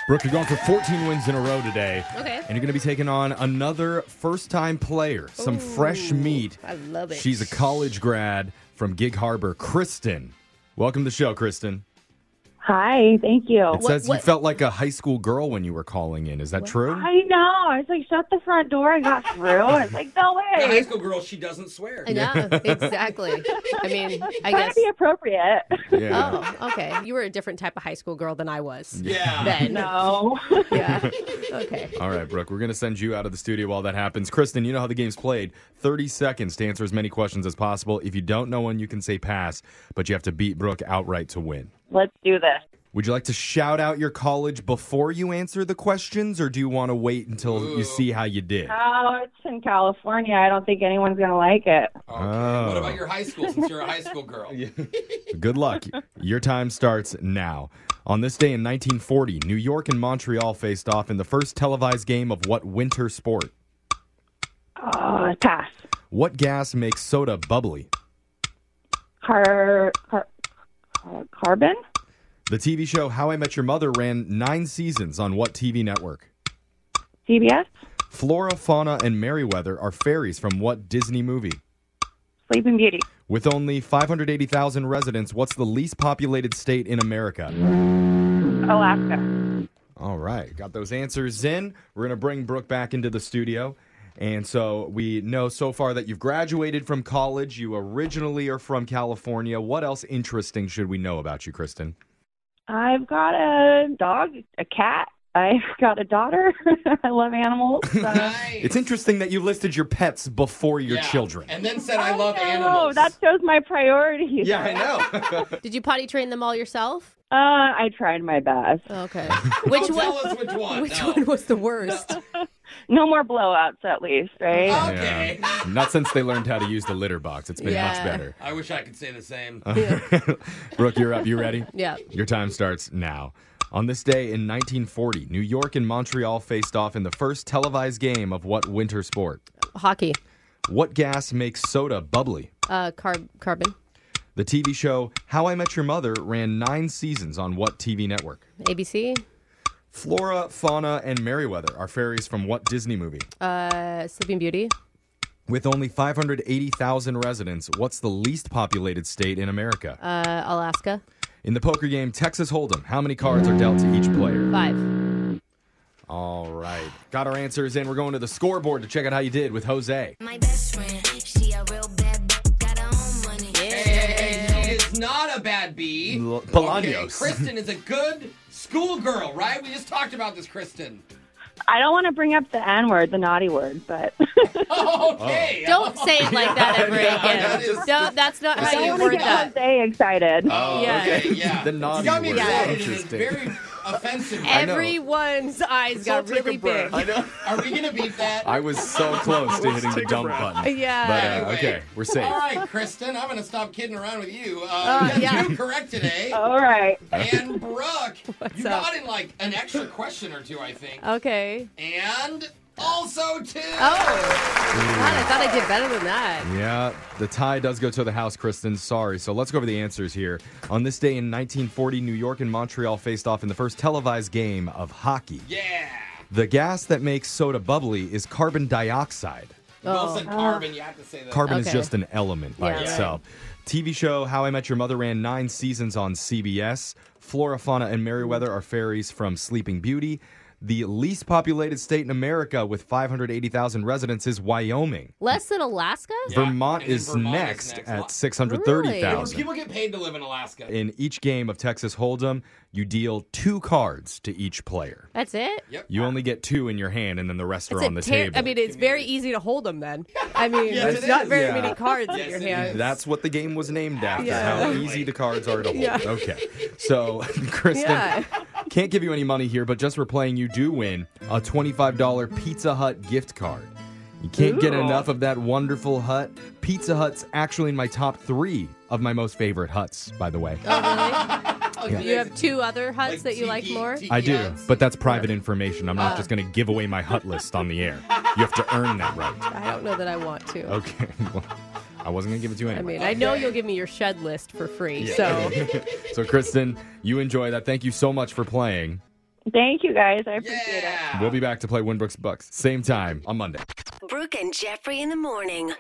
Speaker 2: Brooke, you're going for 14 wins in a row today.
Speaker 1: Okay.
Speaker 2: And you're going to be taking on another first time player, some fresh meat.
Speaker 1: I love it.
Speaker 2: She's a college grad from Gig Harbor, Kristen. Welcome to the show, Kristen.
Speaker 12: Hi, thank you.
Speaker 1: Uh,
Speaker 2: It says you felt like a high school girl when you were calling in. Is that true?
Speaker 12: I know. I was like, shut the front door. I got through. I was like, no
Speaker 4: The high
Speaker 12: way.
Speaker 4: school girl, she doesn't swear.
Speaker 1: Yeah, exactly. I mean, I
Speaker 12: Try
Speaker 1: guess.
Speaker 12: to be appropriate.
Speaker 2: Yeah.
Speaker 1: Oh, okay. You were a different type of high school girl than I was.
Speaker 2: Yeah.
Speaker 1: Then.
Speaker 12: No.
Speaker 1: Yeah. Okay.
Speaker 2: All right, Brooke, we're going to send you out of the studio while that happens. Kristen, you know how the game's played 30 seconds to answer as many questions as possible. If you don't know one, you can say pass, but you have to beat Brooke outright to win.
Speaker 12: Let's do this.
Speaker 2: Would you like to shout out your college before you answer the questions, or do you want to wait until you see how you did?
Speaker 12: Oh, it's in California. I don't think anyone's going to like it.
Speaker 2: Oh.
Speaker 4: What about your high school since you're a high school girl?
Speaker 2: Good luck. Your time starts now. On this day in 1940, New York and Montreal faced off in the first televised game of what winter sport?
Speaker 12: Oh, pass.
Speaker 2: What gas makes soda bubbly?
Speaker 12: Car, car, car, carbon?
Speaker 2: The TV show How I Met Your Mother ran nine seasons on what TV network?
Speaker 12: CBS?
Speaker 2: Flora, Fauna, and Merriweather are fairies from what Disney movie?
Speaker 12: Sleeping Beauty?
Speaker 2: With only 580,000 residents, what's the least populated state in America?
Speaker 12: Alaska?
Speaker 2: All right, got those answers in. We're going to bring Brooke back into the studio. And so we know so far that you've graduated from college. You originally are from California. What else interesting should we know about you, Kristen?
Speaker 12: I've got a dog, a cat. I've got a daughter. I love animals. Uh, So.
Speaker 2: It's interesting that you listed your pets before your children.
Speaker 4: And then said, I love
Speaker 12: Oh,
Speaker 4: animals.
Speaker 12: that shows my priorities.
Speaker 2: Yeah, I know.
Speaker 1: Did you potty train them all yourself?
Speaker 12: Uh, I tried my best.
Speaker 1: Okay. Which
Speaker 4: Don't
Speaker 1: one?
Speaker 4: tell us which one.
Speaker 1: Which
Speaker 4: No.
Speaker 1: one was the worst?
Speaker 12: No more blowouts, at least, right?
Speaker 4: Okay.
Speaker 2: Yeah. Not since they learned how to use the litter box. It's been much
Speaker 1: Yeah.
Speaker 2: better.
Speaker 4: I wish I could say the same.
Speaker 2: Brooke, you're up. You ready?
Speaker 1: Yeah.
Speaker 2: Your time starts now. On this day in 1940, New York and Montreal faced off in the first televised game of what winter sport?
Speaker 1: Hockey.
Speaker 2: What gas makes soda bubbly?
Speaker 1: Uh, carb carbon.
Speaker 2: The TV show How I Met Your Mother ran nine seasons on what TV network?
Speaker 1: ABC.
Speaker 2: Flora, Fauna, and Merriweather are fairies from what Disney movie?
Speaker 1: Uh, Sleeping Beauty.
Speaker 2: With only 580,000 residents, what's the least populated state in America?
Speaker 1: Uh, Alaska.
Speaker 2: In the poker game Texas Hold'em, how many cards are dealt to each player?
Speaker 1: Five.
Speaker 2: All right. Got our answers in. We're going to the scoreboard to check out how you did with Jose.
Speaker 7: My best friend, she a real bad bitch, got her own money.
Speaker 4: She is not a bad bee.
Speaker 2: L-
Speaker 4: Okay,
Speaker 2: Bolaños.
Speaker 4: Kristen is a good schoolgirl, right? We just talked about this, Kristen.
Speaker 12: I don't want to bring up the N word, the naughty word, but
Speaker 2: Oh.
Speaker 4: Okay.
Speaker 1: Don't say it like that ever
Speaker 4: Yeah,
Speaker 1: again.
Speaker 4: that is-
Speaker 1: no, that's not
Speaker 12: I
Speaker 1: how you
Speaker 12: don't want to
Speaker 1: word
Speaker 12: get
Speaker 1: that.
Speaker 12: Jose excited.
Speaker 4: Uh,
Speaker 1: Yeah.
Speaker 2: The naughty
Speaker 4: got me
Speaker 2: Oh, word.
Speaker 4: excited. It is
Speaker 2: Interesting.
Speaker 4: very offensive.
Speaker 2: I know.
Speaker 1: Everyone's eyes got really big.
Speaker 2: I know.
Speaker 4: Are we gonna beat that?
Speaker 2: I was so close to hitting the
Speaker 4: Take a
Speaker 2: dump
Speaker 4: breath.
Speaker 2: button.
Speaker 1: Yeah.
Speaker 2: But uh, okay, we're safe.
Speaker 4: All right, Kristen, I'm going to stop kidding around with you. Uh,
Speaker 12: Uh,
Speaker 4: you
Speaker 1: Oh,
Speaker 4: got
Speaker 12: yeah.
Speaker 4: two correct today.
Speaker 12: All right.
Speaker 4: And Brooke, you
Speaker 1: up?
Speaker 4: got in like an extra question or two, I think.
Speaker 1: Okay.
Speaker 4: And also two.
Speaker 1: Oh. God, I thought I did better than that.
Speaker 2: Yeah, the tie does go to the house, Kristen. Sorry. So let's go over the answers here. On this day in 1940, New York and Montreal faced off in the first televised game of hockey.
Speaker 4: Yeah.
Speaker 2: The gas that makes soda bubbly is carbon dioxide.
Speaker 4: Wilson
Speaker 1: Oh.
Speaker 4: Carbon, you have to say that.
Speaker 2: Carbon is just an element by
Speaker 4: Yeah.
Speaker 2: itself. TV show How I Met Your Mother ran nine seasons on CBS. Flora, fauna, and Merriweather are fairies from Sleeping Beauty. The least populated state in America with 580,000 residents is Wyoming.
Speaker 1: Less than Alaska?
Speaker 2: Vermont,
Speaker 4: and then
Speaker 2: is,
Speaker 4: Vermont is
Speaker 2: next
Speaker 4: next. Wow.
Speaker 2: at 630,000.
Speaker 4: People get paid to live in Alaska.
Speaker 2: In each game of Texas Hold'em, you deal two cards to each player.
Speaker 1: That's it? Yep.
Speaker 2: You only get two in your hand, and then the rest
Speaker 1: That's
Speaker 2: are on
Speaker 1: a
Speaker 2: the
Speaker 1: ter-
Speaker 2: table.
Speaker 1: I mean, it's very easy to hold them then. I mean,
Speaker 2: Yes,
Speaker 1: there's
Speaker 2: it
Speaker 1: not
Speaker 2: is.
Speaker 1: very
Speaker 2: Yeah.
Speaker 1: many cards
Speaker 2: Yes,
Speaker 1: in your
Speaker 2: it
Speaker 1: hand.
Speaker 2: is. That's what the game was named after.
Speaker 1: Yeah.
Speaker 2: How easy the cards are to hold.
Speaker 1: Yeah.
Speaker 2: Okay. So, Kristen,
Speaker 1: Yeah.
Speaker 2: can't give you any money here, but just for playing, you do win a $25 Pizza Hut gift card. You can't get
Speaker 13: Ooh.
Speaker 2: enough of that wonderful hut. Pizza Hut's actually in my top three of my most favorite huts, by the way.
Speaker 1: Oh, really?
Speaker 2: Yeah.
Speaker 1: You have two other huts that you like more?
Speaker 2: I do, but that's private information. I'm not
Speaker 1: Uh.
Speaker 2: just going to give away my hut list on the air. You have to earn that right.
Speaker 1: I don't know that I want to.
Speaker 2: Okay. Well, I wasn't going to give it to you
Speaker 1: I
Speaker 2: anyway.
Speaker 1: mean, I know you'll give me your shed list for free,
Speaker 2: Yeah.
Speaker 1: so.
Speaker 2: so, Kristen, you enjoy that. Thank you so much for playing.
Speaker 12: Thank you guys. I appreciate it.
Speaker 2: We'll be back to play Winbrook's Bucks same time on Monday.
Speaker 7: Brooke and Jeffrey in the morning.